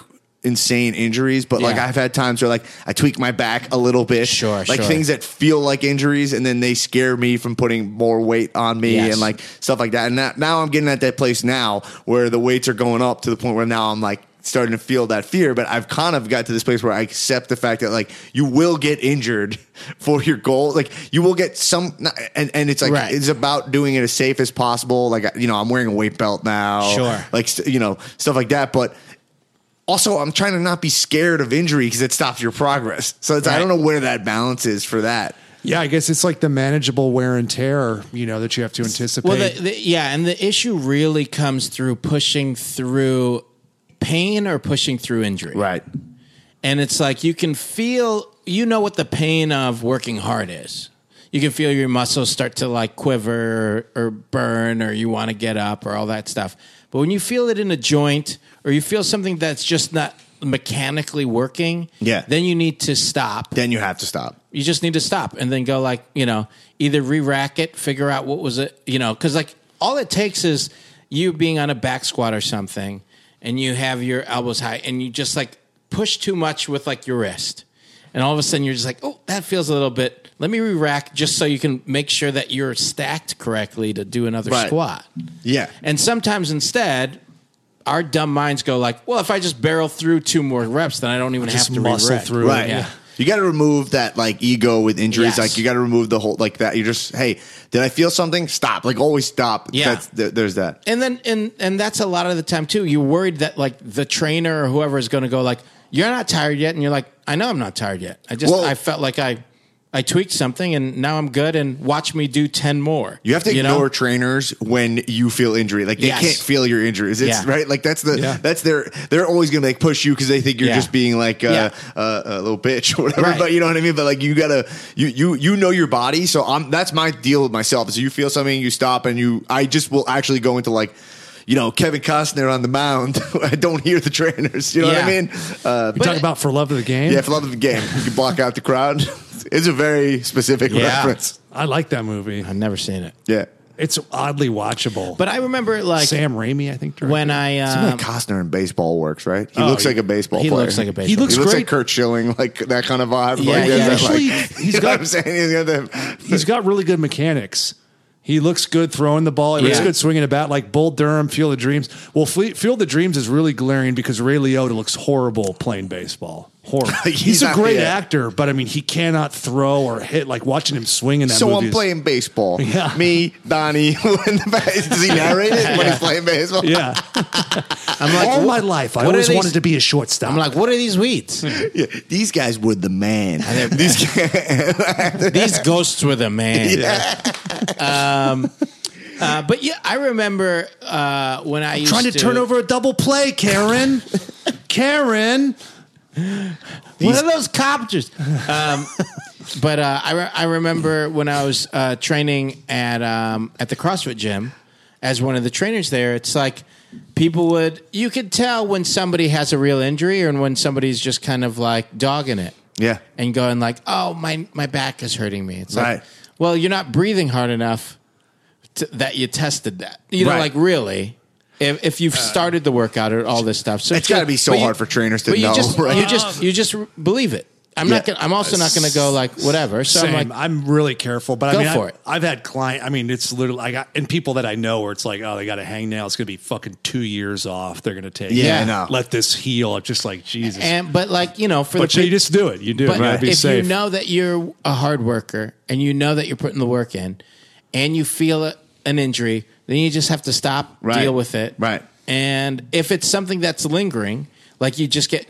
insane injuries, but like
Yeah.
I've had times where like I tweak my back a little bit,
Sure,
like
sure.
things that feel like injuries, and then they scare me from putting more weight on me
Yes.
and like stuff like that. And that, now I'm getting at that place now where the weights are going up to the point where now I'm like starting to feel that fear, but I've kind of got to this place where I accept the fact that like you will get injured for your goal, like you will get some, not- and and it's like
Right.
it's about doing it as safe as possible. Like you know, I'm wearing a weight belt now,
Sure.
like st- you know stuff like that, but also I'm trying to not be scared of injury because it stops your progress. So it's, I don't know where that balance is for that.
Yeah, I guess it's like the manageable wear and tear, you know, that you have to anticipate.
Well, the, the, yeah, and the issue really comes through pushing through pain or pushing through injury.
Right.
And it's like you can feel, you know, what the pain of working hard is. You can feel your muscles start to like quiver or, or burn, or you want to get up, or all that stuff. But when you feel it in a joint, or you feel something that's just not mechanically working,
Yeah.
then you need to stop
Then you have to stop.
you just need to stop and then go like you know either re-rack it figure out what was it you know because like all it takes is you being on a back squat or something and you have your elbows high and you just like push too much with like your wrist and all of a sudden you're just like oh that feels a little bit let me re-rack just so you can make sure that you're stacked correctly to do another
Right.
squat
Yeah.
and sometimes instead our dumb minds go like well if i just barrel through two more reps then i don't even
Just
have to
muscle
re-rack.
through it.
Right.
yeah
You got to remove that like ego with
Yes.
injuries. Like you got to remove the whole like that. You're just hey, did I feel something? Stop. Like always stop.
Yeah.
That's, there, there's that.
and then and and that's a lot of the time too. You're worried that like the trainer or whoever is going to go like you're not tired yet, and you're like I know I'm not tired yet. I just
Well-
I felt like I I tweaked something, and now I'm good. And watch me do ten more.
You have to
know?
ignore trainers when you feel injury. Like they
Yes.
can't feel your injuries. It's
Yeah.
right. Like that's the
Yeah.
that's their they're always gonna like push you because they think you're
Yeah.
just being like uh,
Yeah.
uh, a little bitch or whatever.
Right.
But you know what I mean. But like you gotta you you you know your body. So I'm that's my deal with myself. Is you feel something, you stop, and you I just will actually go into like. You know, Kevin Costner on the mound. I don't hear the trainers. You know what I
Yeah.
mean? Uh,
we talk about for love of the game.
yeah, for love of the game, you can block out the crowd. It's a very specific
Yeah.
reference.
I like that movie.
I've never seen it,
Yeah.
It's oddly watchable.
but I remember like
Sam Raimi, I think. directed
when I
Something
um,
like Costner in baseball works, right? He
oh,
looks like
he-
a baseball
he
player.
looks like a baseball.
He looks
He looks
great.
like Kurt Schilling, like that kind of vibe.
Yeah, yeah.
like, there's that,
Actually,
like,
he's
you know
got-
what I'm saying. He's got the-
he's got really good mechanics. He looks good throwing the ball. He looks
Yeah.
good swinging a bat like Bull Durham, Field of Dreams. Well, Fle- Field of Dreams is really glaring because Ray Liotta looks horrible playing baseball. Horrible.
He's
he's,
not-
a great
yeah.
actor, but I mean, he cannot throw or hit. Like watching him swing in that
so
movie
I'm
is-
playing baseball.
Yeah.
Me, Donnie. when the ba- Does he narrate it when he's playing baseball?
Yeah,
I'm like
all
"Wha-
my life I
what are
always
these-
wanted to be a shortstop.
I'm like, what are these weeds?
Yeah. These guys were the man. These guys,
These ghosts were the man. Um, uh, but yeah, I remember uh, when I used
trying to, turn over a double play, Karen. Karen,
One of those copters. Um, but uh, I, re- I remember when I was uh, training at um, at the CrossFit gym as one of the trainers there. It's like people would you could tell when somebody has a real injury and when somebody's just kind of like dogging it.
Yeah.
and going like, oh my my back is hurting me. It's
Right.
like, well, you're not breathing hard enough to, that you tested that. You know,
Right. Uh,
like really. If, if you've started the workout or all this stuff, so
It's gotta be so
but you-
hard for trainers to
but you
know,
Just,
right?
You just you just believe it. I'm not.
Yeah.
Gonna, I'm also not going to go like whatever. So
Same.
I'm
I'm,
like,
really careful, but
Go
I mean,
for
I,
it.
I've had client. I mean, it's literally I got and people that I know where it's like, oh, they got a hangnail. It's going to be fucking two years off. They're going to take.
Yeah,
I
it.
know.
Let this heal. I'm just like Jesus.
and but like you know for
but
the
you just do it. You do it.
But
You gotta be
if
safe.
you know that you're a hard worker and you know that you're putting the work in and you feel a, an injury, then you just have to stop,
Right.
deal with it.
Right.
And if it's something that's lingering, like you just get,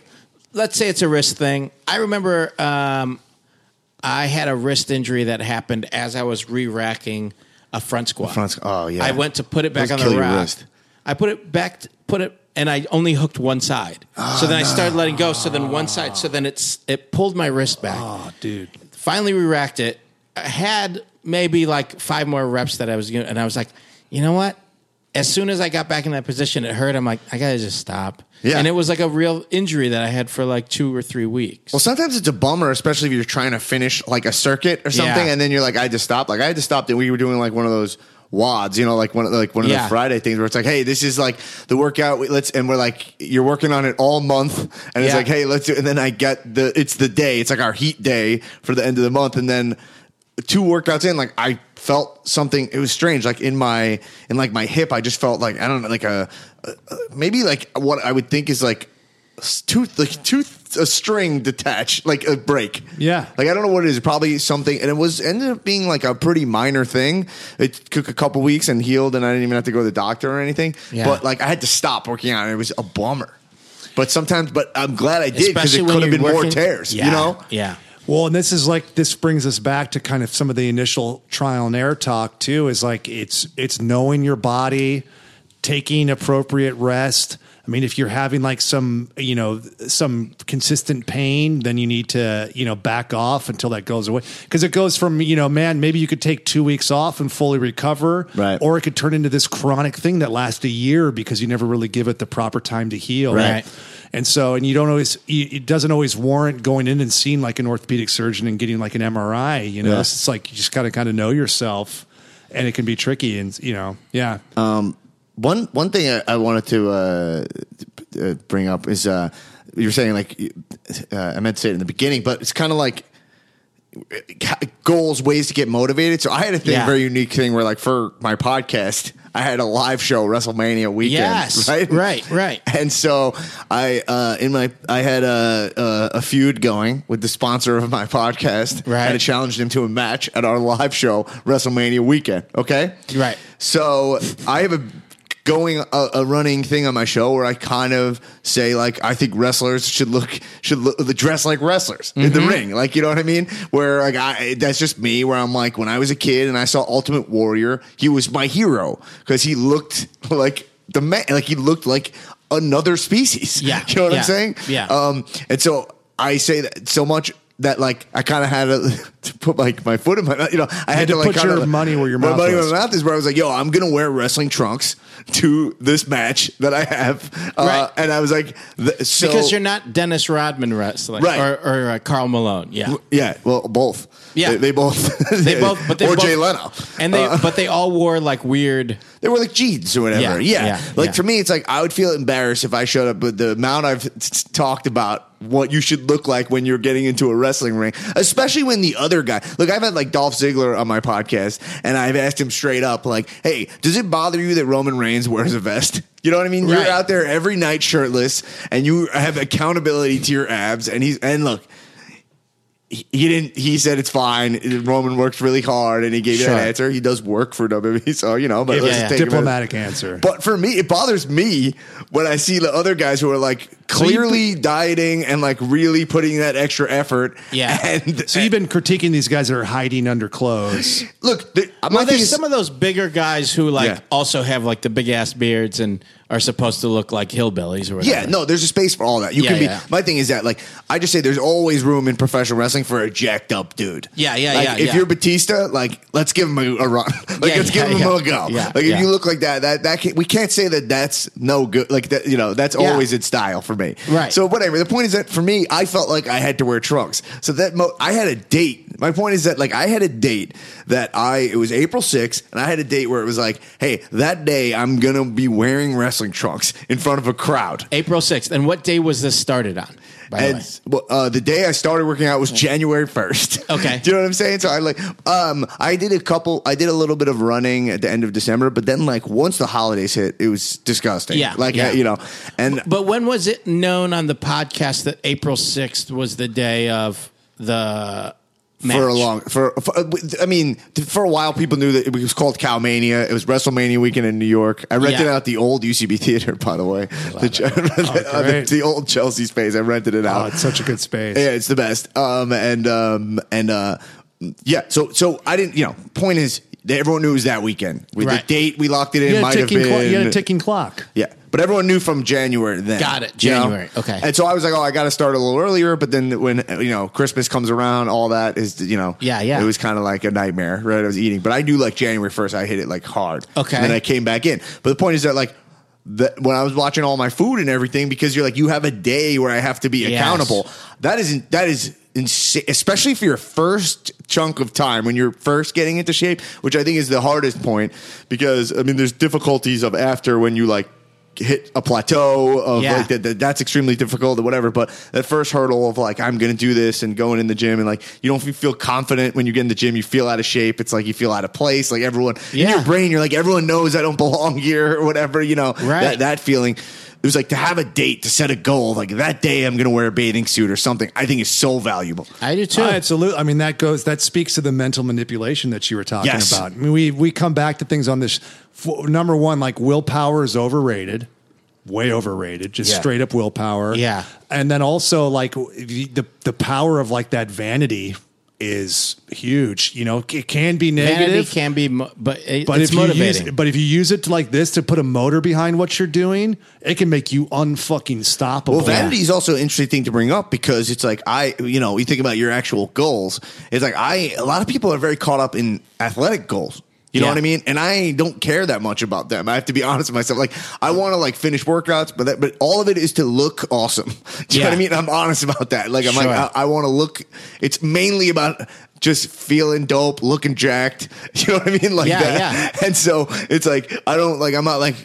let's say it's a wrist thing. I remember um, I had a wrist injury that happened as I was re racking a front squat.
front squ- oh, yeah.
I went to put it back
Those
on
kill
the
your
rack.
wrist.
I put it back, t- put it, and I only hooked one side. so
Oh,
then I started letting go. So then one side. So then it's it pulled my wrist back.
oh, dude.
Finally, we racked it. I had maybe like five more reps that I was doing, and I was like, you know what? As soon as I got back in that position, it hurt. I'm like, I gotta just stop.
Yeah.
And it was like a real injury that I had for like two or three weeks.
Well, sometimes it's a bummer, especially if you're trying to finish like a circuit or something,
Yeah.
and then you're like, I just stopped. Like I had to stop. That we were doing like one of those wads, you know, like one of like one of
Yeah.
the Friday things where it's like, hey, this is like the workout. we- Let's and we're like, you're working on it all month, and it's
Yeah.
like, hey, let's do. And then I get the it's the day. It's like our heat day for the end of the month, and then two workouts in, like I felt something. It was strange, like in my in like my hip, I just felt like I don't know, like a, a a- maybe like what I would think is like s- tooth like tooth a string detached like a break
Yeah.
like i don't know what it is probably something and it was ended up being like a pretty minor thing it took a couple weeks and healed and i didn't even have to go to the doctor or anything
Yeah.
but like i had to stop working out and it was a bummer but sometimes but i'm glad i did because
Especially
it
when
could have
you're
been more
working-
tears
Yeah.
you know
Yeah.
Well, and this is like this brings us back to kind of some of the initial trial and error talk too. Is like it's it's knowing your body, taking appropriate rest. I mean, if you're having like some you know some consistent pain, then you need to you know back off until that goes away because it goes from you know man maybe you could take two weeks off and fully recover,
Right.
Or it could turn into this chronic thing that lasts a year because you never really give it the proper time to heal,
Right.
and so, and you don't always, you- it doesn't always warrant going in and seeing like an orthopedic surgeon and getting like an MRI. You know,
Yeah.
it's like you just got to kind of know yourself, and it can be tricky. And you know, yeah,
Uh, One one thing I, I wanted to uh, uh, bring up is uh, you were saying like you- uh, I meant to say it in the beginning, but it's kind of like uh, goals, ways to get motivated. So I had a thing,
Yeah.
very unique thing, where like for my podcast, I had a live show WrestleMania weekend.
Yes.
right,
Right, right.
And so I uh, in my I had a, a a feud going with the sponsor of my podcast,
Right.
And I challenged him to a match at our live show WrestleMania weekend. Okay,
Right.
so I have a going a, a running thing on my show where I kind of say like I think wrestlers should look should look, dress like wrestlers in
Mm-hmm.
the ring, like you know what I mean. Where like I that's just me. Where I'm like when I was a kid and I saw Ultimate Warrior, he was my hero because he looked like the man, like he looked like another species.
Yeah.
you know what
Yeah.
I'm saying.
Yeah.
Um, and so I say that so much that like I kind of had to, to put like my foot in my mouth. You know, I had,
had to put
like, kinda-
your money where your
my
mouth
money
was.
where my mouth is. Where I was like, yo, I'm gonna wear wrestling trunks to this match that I have, uh,
Right.
and I was like, th- so
because you're not Dennis Rodman wrestling
Right.
or, or uh, Carl Malone. Yeah.
Yeah, well, both.
Yeah.
they, they both.
They both, but they
or
both,
Jay Leno,
and they, but they all wore like weird.
They were like jeans or whatever.
Yeah,
Yeah.
yeah,
Like
yeah.
for me, it's like I would feel embarrassed if I showed up with the amount I've t- t- talked about what you should look like when you're getting into a wrestling ring, especially when the other guy. Look, I've had like Dolph Ziggler on my podcast, and I've asked him straight up, like, "Hey, does it bother you that Roman Reigns wears a vest?" You know what I mean?
Right.
You're out there every night shirtless, and you have accountability to your abs, and he's and look. He he didn't. He said it's fine. Roman works really hard, and he gave you
Sure.
that answer. He does work for WWE, so you know. But
Yeah,
let's
yeah.
take him at-
diplomatic answer.
but for me, it bothers me when I see the other guys who are like clearly dieting and like really putting that extra effort.
Yeah.
And
so you've been critiquing these guys that are hiding under clothes.
look, the, my
Well,
thing
there's
is,
some of those bigger guys who like
Yeah.
also have like the big ass beards and are supposed to look like hillbillies or whatever.
yeah, no, there's a space for all that. You
Yeah,
can be.
yeah.
My thing is that like I just say there's always room in professional wrestling for a jacked up dude.
Yeah, yeah,
like,
yeah,
If
yeah.
you're Batista, like let's give him a, a run. like
Yeah,
let's
yeah,
give him
yeah.
a go.
Yeah,
like
yeah.
if you look like that, that that can, we can't say that that's no good. Like that, you know, that's
Yeah.
always in style for me.
Right.
So whatever. The point is that for me, I felt like I had to wear trunks. So that mo- I had a date. My point is that like I had a date that I it was April 6th, and I had a date where it was like, hey, that day I'm gonna be wearing wrestling trunks in front of a crowd.
April 6th. And what day was this started on? By the way?
And well, uh, the day I started working out was January first.
Okay.
do you know what I'm saying? So I like, um, I did a couple, I did a little bit of running at the end of December, but then like once the holidays hit, it was disgusting.
Yeah,
like
yeah.
uh, you know, and
But when was it known on the podcast that April 6th was the day of the match?
for a long, for, for uh, I mean, for a while, people knew that it was called Cowmania. It was WrestleMania weekend in New York. I rented
Yeah. Oh,
out the old UCB theater, by the way, the, uh, the,
great.
the old Chelsea space. I rented it
Oh,
out.
it's such a good space.
Yeah, it's the best. Um, and um, and uh, yeah. So so I didn't. You know, point is that everyone knew it was that weekend. With
Right.
the date we locked it in,
You had,
might
a
have
ticking
been.
clo- you had a ticking clock.
yeah, but everyone knew from January then.
Got it,
you know?
January, okay.
And so I was like, oh, I got to start a little earlier. But then when you know Christmas comes around, all that is you know.
Yeah, yeah.
It was kind of like a nightmare, right? I was eating, but I knew like January first, I hit it like hard.
Okay.
And then I came back in. But the point is that like. The, when I was watching all my food and everything, because you're like, you have a day where I have to be
Yes.
accountable. That isn't that is insa- especially for your first chunk of time when you're first getting into shape, which I think is the hardest point because I mean, there's difficulties of after when you like hit a plateau of
Yeah.
like that, that that's extremely difficult or whatever but that first hurdle of like i'm gonna do this and going in the gym and like you don't feel confident when you get in the gym you feel out of shape it's like you feel out of place like everyone in
Yeah.
your brain you're like everyone knows i don't belong here or whatever you know
Right.
that, that feeling. It was like to have a date to set a goal, like that day I'm going to wear a bathing suit or something. I think is so valuable.
I do too.
Absolutely. I mean, that goes. That speaks to the mental manipulation that you were talking
Yes.
about. I mean, we we come back to things on this. f- number one, like willpower is overrated, way overrated. Just
Yeah.
straight up willpower.
Yeah.
And then also like the the, the power of like that vanity is huge. You know, it can be negative.
Vanity can be, mo- but, it,
But
it's
if
motivating.
you use, but if you use it to like this to put a motor behind what you're doing, it can make you unfucking stoppable.
Well, vanity is also an interesting thing to bring up because it's like I, you know, you think about your actual goals. It's like I, a lot of people are very caught up in athletic goals. You know
Yeah.
what I mean? And I don't care that much about them. I have to be honest with myself. Like I want to like finish workouts, but that, but all of it is to look awesome. Do you know
Yeah.
what I mean? I'm honest about that. Like I'm like
Sure.
I, I want to look. It's mainly about just feeling dope, looking jacked. You know what I mean? Like
Yeah,
that.
yeah.
And so it's like I don't like I'm not like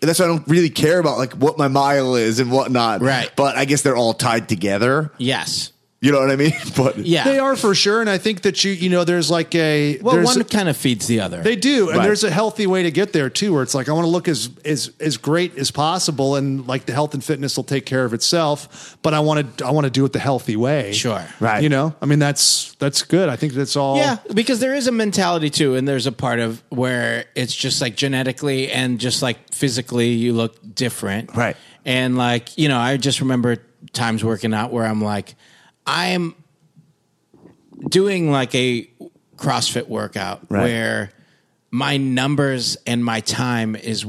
that's why I don't really care about like what my mile is and whatnot.
Right.
But I guess they're all tied together.
yes.
You know what I mean? But
Yeah.
They are for sure, and I think that you you know there's like a
Well,
there's
one kind of feeds the other.
They do, and
Right.
there's a healthy way to get there too, where it's like I want to look as as as great as possible, and like the health and fitness will take care of itself. But I want to I want to do it the healthy way.
Sure.
Right.
You know, I mean that's that's good. I think that's all.
Yeah, because there is a mentality too, and there's a part of where it's just like genetically and just like physically, you look different,
Right.
And like you know, I just remember times working out where I'm like, I am doing like a CrossFit workout
Right.
where my numbers and my time is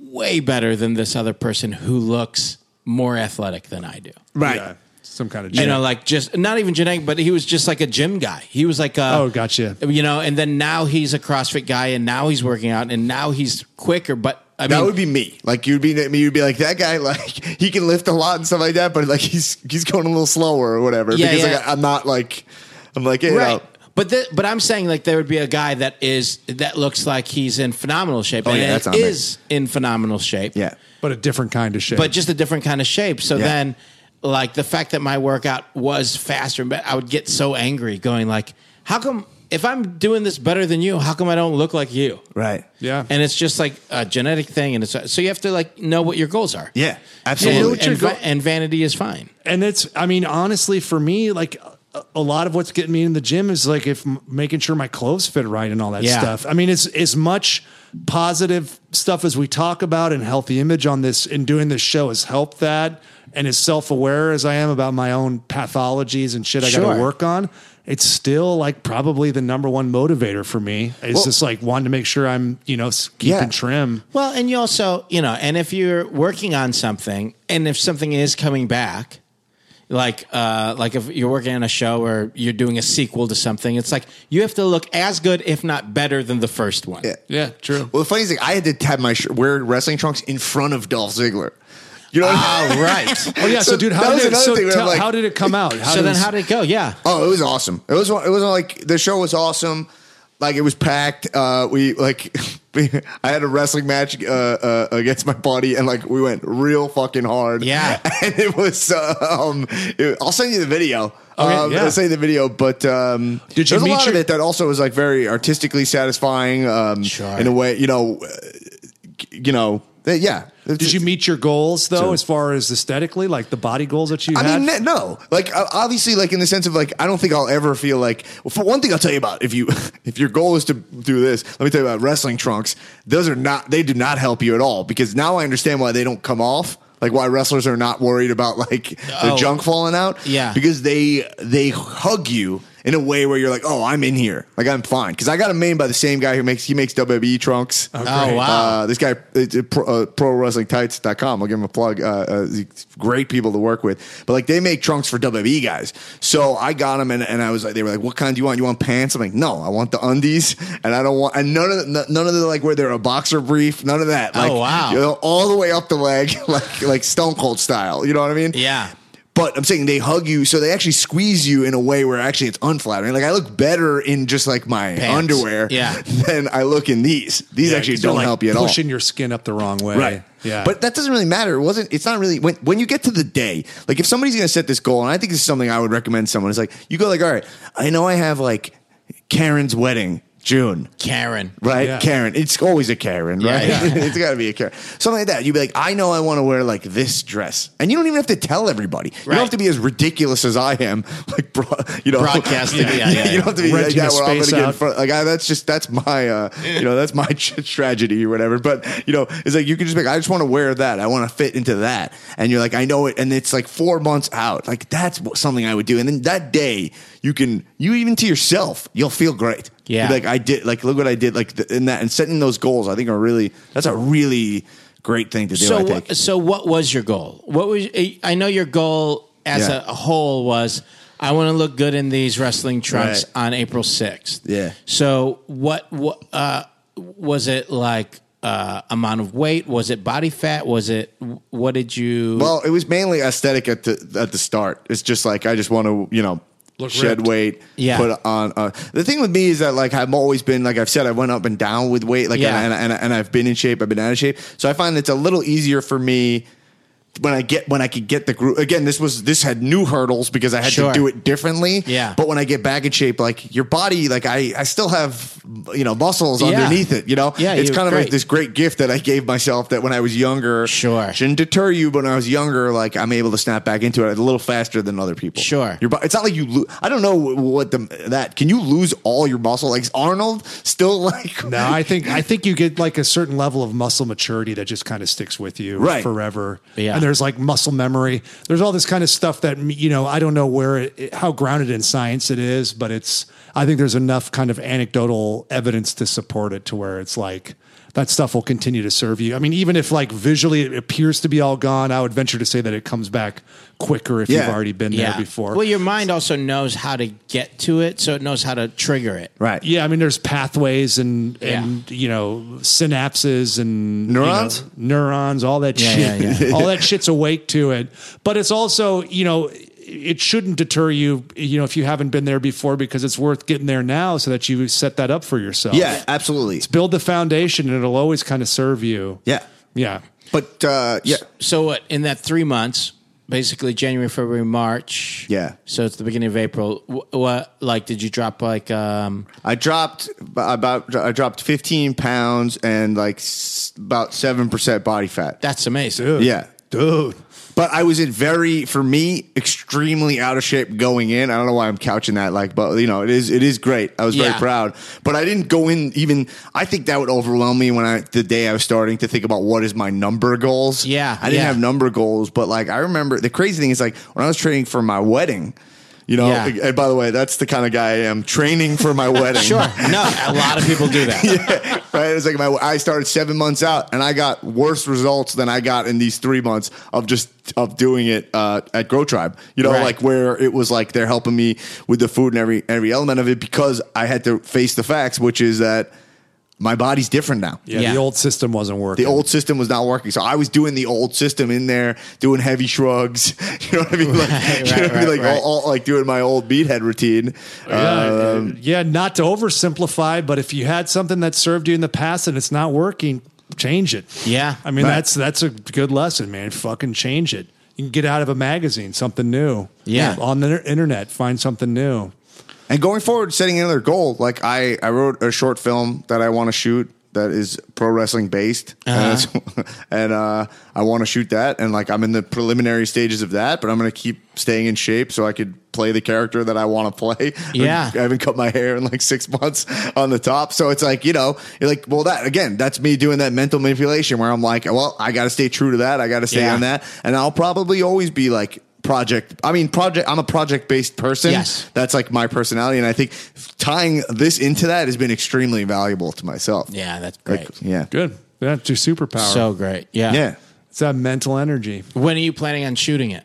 way better than this other person who looks more athletic than I do
right.
Yeah. Some kind of
you know, like just not even genetic, but he was just like a gym guy. He was like, a,
Oh, gotcha.
You know, and then now he's a CrossFit guy, and now he's working out, and now he's quicker. But I
That
mean,
would be me. Like you'd be, you'd be like that guy. Like he can lift a lot and stuff like that, but like he's he's going a little slower or whatever.
Yeah,
because
yeah.
Like, I'm not like I'm like hey,
right.
uh,
But th- but I'm saying like there would be a guy that is that looks like he's in phenomenal shape,
Oh,
and
yeah, that's on me.
is in phenomenal shape.
yeah.
but a different kind of shape.
but just a different kind of shape. So
Yeah.
then, like the fact that my workout was faster, but I would get so angry, going like, "How come if I'm doing this better than you, how come I don't look like you?"
Right.
yeah,
and it's just like a genetic thing and it's so you have to like know what your goals are
Yeah.
and,
Absolutely.
and va- and vanity is fine
and it's i mean honestly for me like a, a lot of what's getting me in the gym is like if m- making sure my clothes fit right and all that
Yeah.
stuff i mean it's as much positive stuff as we talk about and healthy image on this and doing this show has helped that and as self-aware as i am about my own pathologies and shit i
Sure.
gotta work on it's still like probably the number one motivator for me it's
Well-
just like wanting to make sure i'm you know s- keeping
Yeah.
trim
well and you also you know and if you're working on something and if something is coming back like uh like if you're working on a show or you're doing a sequel to something it's like you have to look as good if not better than the first one
Yeah.
Yeah, true.
Well, the funny thing, I had to have my sh- wear wrestling trunks in front of Dolph Ziggler. You know, what I mean?
oh right
oh yeah so,
So
dude
that
how
was
did,
another
so
thing where I'm
tell-
like-
how did it come out how
so then
does-
how did it go yeah
Oh, it was awesome. It was it was like the show was awesome. Like it was packed. Uh, we like we, I had a wrestling match uh, uh, against my buddy, and like we went real fucking hard.
Yeah.
and it was. uh, Um, it- I'll send you the video.
Okay,
um,
yeah.
I'll send you the video. But um,
Did you
there's a
meet
lot of
your-
it that also was like very artistically satisfying. Um,
Sure.
in a way, you know, uh, you know, yeah.
Did you meet your goals though, as far as aesthetically, like the body goals that you
I
had?
mean, n- no. Like, o- obviously, like in the sense of like, I don't think I'll ever feel like. Well, for one thing, I'll tell you about if you if your goal is to do this. Let me tell you about wrestling trunks. Those are not. They do not help you at all because now I understand why they don't come off. Like why wrestlers are not worried about like the
Oh.
junk falling out.
Yeah.
because they they hug you. In a way where you're like, oh, I'm in here, like I'm fine, because I got a main by the same guy who makes he makes WWE trunks.
oh wow
Uh, this guy, it's, uh, pro, uh, prowrestlingtights.com. I'll give him a plug. Uh, uh, he's great people to work with. But like they make trunks for WWE guys. So I got them and, and I was like, they were like, what kind do you want? You want pants? I'm like, no, I want the undies. And I don't want, and none of the, n- none of the like where they're a boxer brief, none of that.
Oh,
Like,
wow.
You know, all the way up the leg, like, like Stone Cold style. You know what I mean?
yeah
But I'm saying they hug you, so they actually squeeze you in a way where actually it's unflattering. Like I look better in just like my
Pants.
underwear
Yeah.
than I look in these. These actually
'cause they're,
don't
like,
help you at all.
pushing your skin up the wrong way.
Right.
Yeah.
But that doesn't really matter. It wasn't it's not really when when you get to the day, like if somebody's gonna set this goal, and I think this is something I would recommend someone, it's like you go like, all right, I know I have like Karen's wedding, June.
Karen.
Right?
Yeah.
Karen. It's always a Karen, right?
Yeah,
it's gotta be a Karen. Something like that. You'd be like, I know I wanna wear like this dress. And you don't even have to tell everybody. You
Right.
don't have to be as ridiculous as I am, like bro, you know
Broadcasting, yeah, yeah,
You don't have to be like
Renting a
that where I'm gonna
space
get in
out.
front front- Like I, that's just that's my uh, you know that's my tragedy or whatever. But you know, it's like you can just be like, I just want to wear that. I want to fit into that. And you're like, I know it. And it's like four months out. Like that's what- something I would do. And then that day, you can you even to yourself, you'll feel great.
Yeah.
You'll be like I did. Like look what I did. Like th- in that and setting those goals, I think are really that's a really great thing to do.
So,
I
wha-
think.
so what was your goal? What was eh, I know your goal as
Yeah.
a whole was I want to look good in these wrestling trunks
Right.
on April sixth.
Yeah.
So what what uh, was it like? Uh, amount of weight? Was it body fat? Was it what did you?
Well, it was mainly aesthetic at the at the start. It's just like I just want to, you know, shed
ripped.
weight.
Yeah.
Put on. Uh, the thing with me is that like I've always been like I've said I went up and down with weight. Like
Yeah.
and, and, and and I've been in shape. I've been out of shape. So I find it's a little easier for me. When I get when I could get the group again, this was this had new hurdles because I had
Sure.
to do it differently.
Yeah.
But when I get back in shape, like your body, like I I still have you know muscles
Yeah.
underneath it. You know,
Yeah,
it's
you-
kind of
great.
like this great gift that I gave myself that when I was younger,
Sure.
shouldn't deter you. But when I was younger, like I'm able to snap back into it a little faster than other people.
Sure.
your bo- it's not like you. Lo- I don't know what the that can you lose all your muscle? Like is Arnold still like
No, I think I think you get like a certain level of muscle maturity that just kind of sticks with you
Right.
forever.
Yeah.
And there's like muscle memory. There's all this kind of stuff that you know, I don't know where it, how grounded in science it is, but it's I think there's enough kind of anecdotal evidence to support it to where it's like that stuff will continue to serve you. I mean, even if like visually it appears to be all gone, I would venture to say that it comes back quicker if
Yeah.
you've already been there before.
Well, your mind also knows how to get to it, so it knows how to trigger it.
right?
Yeah, I mean, there's pathways and and you know synapses and you know,
Neurons?
neurons, all that
Yeah,
shit.
yeah, yeah.
all that shit's awake to it. But it's also you know it shouldn't deter you. You know if you haven't been there before because it's worth getting there now so that you set that up for yourself.
Yeah, absolutely.
build the foundation and it'll always kind of serve you.
Yeah,
yeah.
but uh, yeah,
So what in that three months, basically January, February, March.
Yeah.
So it's the beginning of April. What, what like did you drop like um
I dropped about I dropped 15 pounds and like s- about seven percent body fat.
that's amazing.
Yeah. Dude. But I was in very, for me, extremely out of shape going in. I don't know why I'm couching that like, but you know, it is it is great. I was
Yeah.
very proud. But I didn't go in even I think that would overwhelm me when I the day I was starting to think about what is my number goals.
Yeah,
I didn't
yeah.
have number goals, but like I remember the crazy thing is like when I was training for my wedding, you know,
Yeah.
and by the way, that's the kind of guy I am training for my wedding.
Sure. No, a lot of people do that.
right? It was like my I started seven months out, and I got worse results than I got in these three months of just of doing it uh, at Grow Tribe. You know,
Right.
like where it was like they're helping me with the food and every every element of it because I had to face the facts, which is that my body's different now.
yeah,
Yeah.
The old system wasn't working.
The old system was not working, so I was doing the old system in there, doing heavy shrugs. You know what I mean? Like, you know
right,
what I mean?
right,
like
right.
All, all- like doing my old beathead routine.
Yeah,
Um,
yeah, not to oversimplify, but if you had something that served you in the past and it's not working, change it.
Yeah.
I mean
Right.
that's that's a good lesson, man. Fucking change it. You can get out of a magazine, something new.
Yeah.
on the inter- internet, find something new.
And going forward, setting another goal. Like I, I wrote a short film that I want to shoot that is pro wrestling based,
Uh-huh.
and, that's- and, uh, I want to shoot that. And like I'm in the preliminary stages of that, but I'm going to keep staying in shape so I could play the character that I want to play.
Yeah.
I haven't cut my hair in like six months on the top, so it's like you know, you're like well, that again, that's me doing that mental manipulation where I'm like, well, I got to stay true to that. I got to stay
Yeah.
on that, and I'll probably always be like. Project. I mean, project. I'm a project based person.
Yes.
That's like my personality. And I think tying this into that has been extremely valuable to myself.
Yeah, that's
Like,
great.
yeah.
Good. That's your superpower.
So great. Yeah.
Yeah.
it's that mental energy.
When are you planning on shooting it?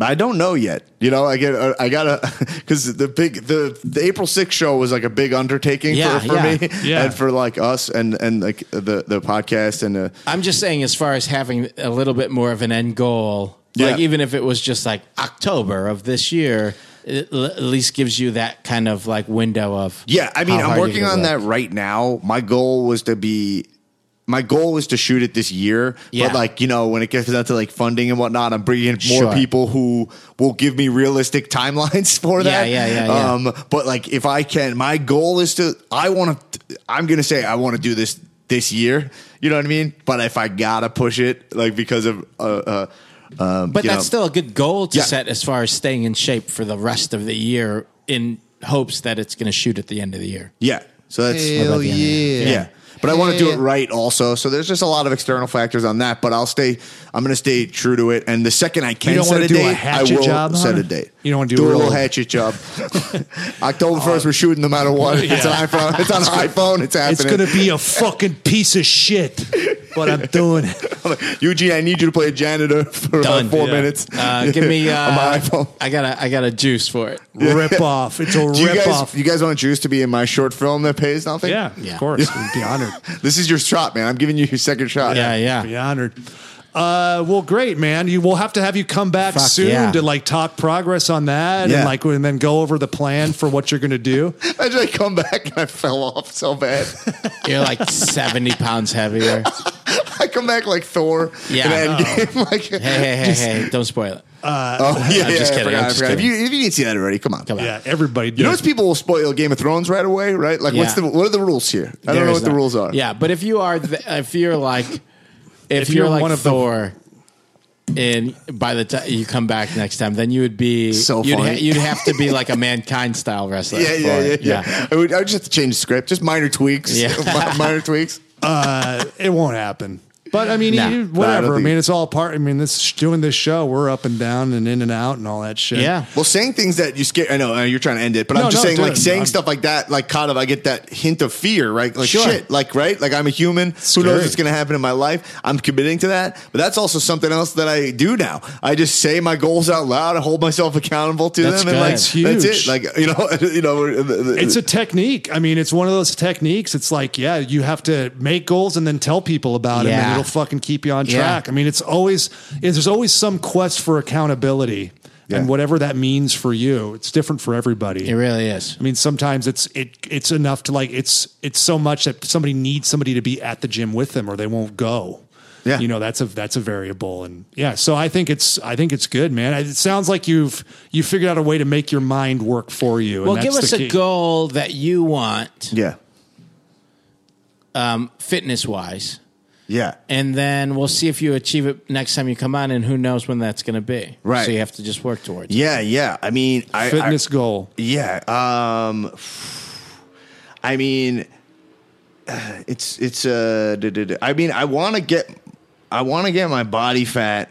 I don't know yet. You know, I get, uh, I gotta, because the big, the, the April 6th show was like a big undertaking
Yeah,
for, for
yeah.
me
Yeah.
and for like us and, and like the, the podcast and, uh,
I'm just saying as far as having a little bit more of an end goal Like
Yeah.
even if it was just like October of this year, it l- at least gives you that kind of like window of
Yeah, I mean,
how
I'm
hard you
working
can
on
go.
that right now. My goal was to be. My goal is to shoot it this year,
Yeah.
but like you know, when it gets down to like funding and whatnot, I'm bringing in more
Sure.
people who will give me realistic timelines for
Yeah,
that.
yeah, yeah, yeah.
Um, but like, if I can, my goal is to. I want to. I'm gonna say I want to do this this year. You know what I mean? But if I gotta push it, like because of uh, uh um,
But
you
that's
know,
still a good goal to
Yeah.
set as far as staying in shape for the rest of the year in hopes that it's going to shoot at the end of the year.
yeah. So that's
About the end of the year.
Yeah. But I want to do it right also. So there's just a lot of external factors on that, but I'll stay I'm going to stay true to it and the second I can
don't
set
wanna
a
do a
date, I
hatchet
will
job
set
on
a
it?
date.
You don't wanna do
a
real-
little hatchet job. October 1st we're shooting no matter what. It's an iPhone. It's on iPhone. It's
It's
happening.
gonna be a fucking piece of shit, but I'm doing it.
Eugene, I need you to play a janitor for about
Done.
4
Yeah.
minutes.
Uh, give me uh,
on my iPhone.
I got a I got a juice for it.
Rip off. It's a
Do you
rip
guys
off.
you guys want Juice to be in my short film that pays nothing?
Yeah,
Yeah.
of course. We'd be honored.
This is your shot, man. I'm giving you your second shot.
Yeah, yeah.
Be honored. Uh, well, great, man. You will have to have you come back
Fuck
soon
yeah.
to like talk progress on that
Yeah.
and like and then go over the plan for what you're gonna do.
Imagine I come back and I fell off so bad.
You're like 70 pounds heavier.
I come back like Thor
Yeah.
in Endgame. like,
Hey, hey, hey, hey, don't spoil it.
oh yeah,
I'm
yeah,
just
I
kidding,
forgot,
I'm
I
just
forgot. If
kidding.
you, if you didn't see that already, come on.
Come on.
Yeah, everybody
You
did.
know, it's people will spoil Game of Thrones right away, right? Like, what's
Yeah.
the what are the rules here? I don't
There
know
is
what the
not-
rules are.
Yeah, but if you are, th- if you're like, if, you're,
you're
like
one of the-
Thor, and by the time you come back next time, then you would be
So
you'd,
funny.
you'd have to be like a mankind style wrestler.
yeah, yeah,
for
yeah,
it.
yeah. I, would, I would just have to change the script, just minor tweaks.
Yeah.
Mi- minor tweaks.
Uh, it won't happen. But I mean,
Nah.
you-
Nah, I don't
whatever. I,
think-
mean, it's all part. I mean, this doing this show, we're up and down and in and out and all that shit.
Yeah.
Well, saying things that you scare. I know uh, you're trying to end it, but I'm
No,
just
no,
saying,
do
like
it.
saying
I'm-
stuff like that, like kind of, I get that hint of fear, right? Like
Sure.
shit, like right, like I'm a human. Who knows
Scary.
what's going to happen in my life? I'm committing to that, but that's also something else that I do now. I just say my goals out loud. I hold myself accountable to
That's
them, and
good.
like
That's
that's it.
huge.
Like you know, you know, uh, we're- the- the-
It's a technique. I mean, it's one of those techniques. It's like, yeah, you have to make goals and then tell people about them,
Yeah.
and it'll fucking keep you on
Yeah.
track. I mean, it's always yeah, there's always some quest for accountability,
Yeah.
and whatever that means for you, it's different for everybody.
it really is.
I mean, sometimes it's it it's enough to like it's it's so much that somebody needs somebody to be at the gym with them or they won't go.
Yeah.
you know that's a that's a variable and yeah. So I think it's I think it's good, man. It sounds like you've you figured out a way to make your mind work for you. and
Well,
that's
give us
the
a
key.
goal that you want,
yeah,
fitness wise,
yeah.
and then we'll see if you achieve it next time you come on. And who knows when that's going to be?
Right.
So you have to just work towards. it.
Yeah, yeah. I mean, I, I
fitness goal.
Yeah. Um, I mean, it's it's uh, duh, duh, duh. I mean, I want to get, I want to get my body fat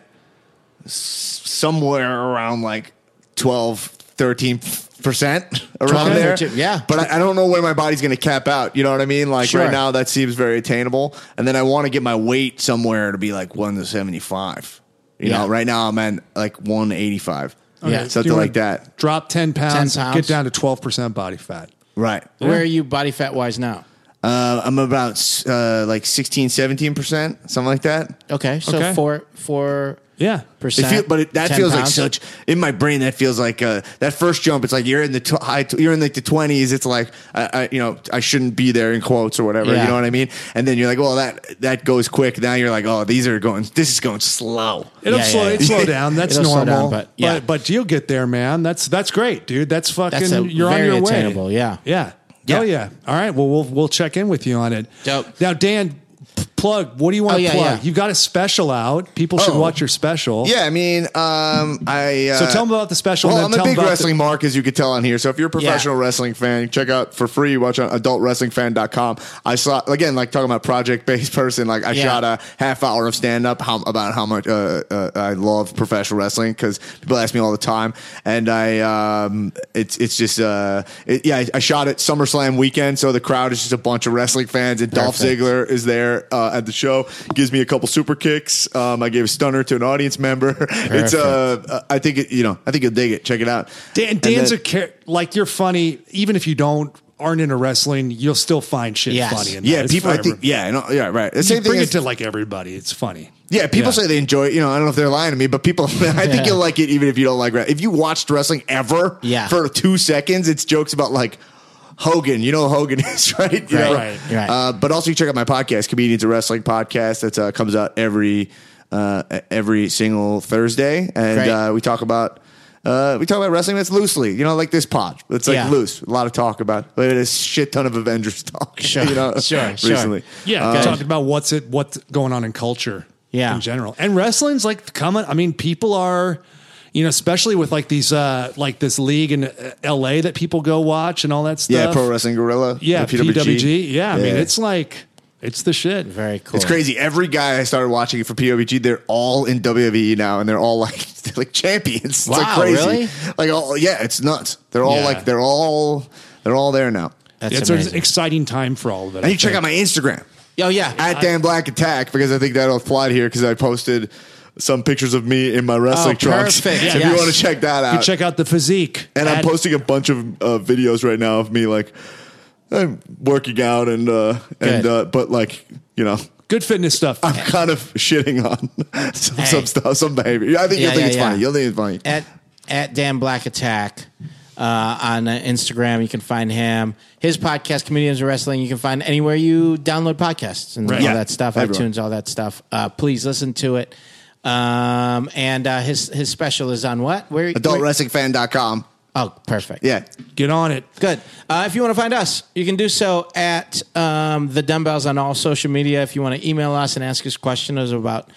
s- somewhere around like 12, 13 percent around
12,
there.
13, yeah.
But I, I don't know where my body's going to cap out. You know what I mean? Like
Sure.
right now, that seems very attainable. And then I want to get my weight somewhere to be like one to seventy five. You
Yeah.
know, right now I'm at like one eighty five.
Yeah.
Do
something
you wanna
like that.
Drop ten pounds,
10 pounds.
get down to twelve percent body fat.
Right.
Where are you body fat wise now?
Uh, I'm about uh, like 16, 17 percent, something like that.
Okay, so
Okay.
four four
Yeah.
It
percent.
feel, but it, that
10
feels like
pounds.
such in my brain. That feels like uh, that first jump. It's like you're in the tw- high, tw- you're in like the twenties. It's like I, I, you know, I shouldn't be there in quotes or whatever.
Yeah.
You know what I mean? And then you're like, well, that that goes quick. Now you're like, oh, these are going. This is going slow.
It'll
Yeah,
slow,
yeah,
it'd
yeah.
slow down. That's
It'll slow
normal.
down, but-
but,
yeah.
but you'll get there, man. That's that's great, dude. That's fucking
That's a
you're
very
on your way.
attainable, yeah.
Yeah. Oh yeah. All right. Well, we'll we'll check in with you on it.
Dope.
Now, Dan, p- plug. What do you want
Oh,
to
yeah,
plug?
yeah.
You've got a special out. People should
Oh.
watch your special.
Yeah, I mean, um, I. Uh,
So tell them about the special.
Well,
and then
I'm a
tell 'em
big
about
wrestling mark, as you could tell on here. So if you're a professional
Yeah.
wrestling fan, check out for free. Watch on adultwrestlingfan.com. I saw again, like talking about project based person. Like I
Yeah.
shot a half hour of stand up how, about how much uh, uh, I love professional wrestling because people ask me all the time, and I um, it's it's just uh, it, yeah, I, I shot at SummerSlam weekend, so the crowd is just a bunch of wrestling fans, and Dolph
Perfect.
Ziggler is there uh, at the show. Gives me a couple super kicks. Um, I gave a stunner to an audience member. it's uh, I think it, you know, I think you'll dig it. Check it out.
Dan,
And
Dan's
then-
a char- like you're funny, even if you don't aren't into wrestling, you'll still find shit
Yes.
funny. In that.
Yeah,
It's
people. I
forever.
think. Yeah, no, yeah, right. The
You
same thing.
bring
As,
it to like everybody. It's funny.
yeah, people say they enjoy. it. You know, I don't know if they're lying to me, but people. I think
Yeah.
you'll like it even if you don't like wrestling. If you watched wrestling ever,
Yeah.
for two seconds, it's jokes about like. Hogan, you know who Hogan is right, You know?
Right,
right.
Uh, but also, you check out my podcast, Comedians of Wrestling podcast. That uh, comes out every uh, every single Thursday, and
Great.
uh, we talk about uh, we talk about wrestling that's loosely, you know, like this pod. It's like
Yeah.
loose, a lot of talk about. But a shit ton of Avengers talk,
Sure,
you know,
sure, sure.
recently.
Yeah,
Uh,
Okay.
talking about what's it what's going on in culture,
Yeah.
in general, and wrestling's like coming. I mean, people are, you know, especially with like these uh like this league in uh, L.A. that people go watch and all that stuff.
Yeah, Pro Wrestling Gorilla.
yeah,
the
PWG. Yeah, I mean,
Yeah.
it's like it's the shit.
Very cool.
It's crazy. Every guy I started watching for PWG, they're all in WWE now, and they're all like they're like champions. It's like
Wow,
crazy.
really?
Like all yeah, it's nuts. They're all
Yeah.
like they're all they're all there now.
That's
it's an
amazing.
exciting time for all of it.
And
I
you check
think.
out my Instagram
oh yeah.
at Dan Black Attack because I think that'll apply to here because I posted some pictures of me in my wrestling
Oh,
trunks.
perfect.
If you
Yes.
want to check that
You
out,
check out the physique,
uh, and I'm
Add-
posting a bunch of uh, videos right now of me like I'm working out and uh, and
Good.
uh, but like you know
good fitness stuff.
I'm kind of shitting on some,
Hey.
some stuff, some behavior. I think
Yeah,
you'll think
yeah,
it's
yeah.
funny. You'll think it's funny.
at at Dan Black Attack uh, on uh, Instagram. You can find him. His podcast, Comedians of Wrestling, you can find anywhere you download podcasts and all
Yeah.
that stuff,
Everywhere.
iTunes, all that stuff. Uh, please listen to it. Um, and uh, his his special is on what? Where where-
AdultWrestlingFan.com.
Oh, perfect.
Yeah.
Get on it.
Good. Uh, if you want to find us, you can do so at um, the dumbbells on all social media. If you want to email us and ask us questions about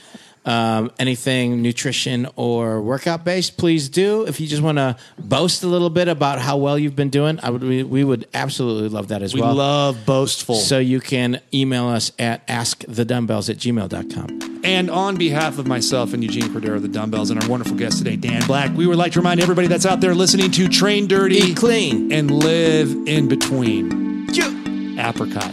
um, anything nutrition or workout based, please do. If you just want to boast a little bit about how well you've been doing, I would we, we would absolutely love that as
We
well.
love boastful.
so you can email us at askthedumbbells at gmail.com.
And on behalf of myself and Eugene Cordero, the dumbbells, and our wonderful guest today, Dan Black, we would like to remind everybody that's out there listening to Train Dirty
Eat clean.
and live in between. Apricot.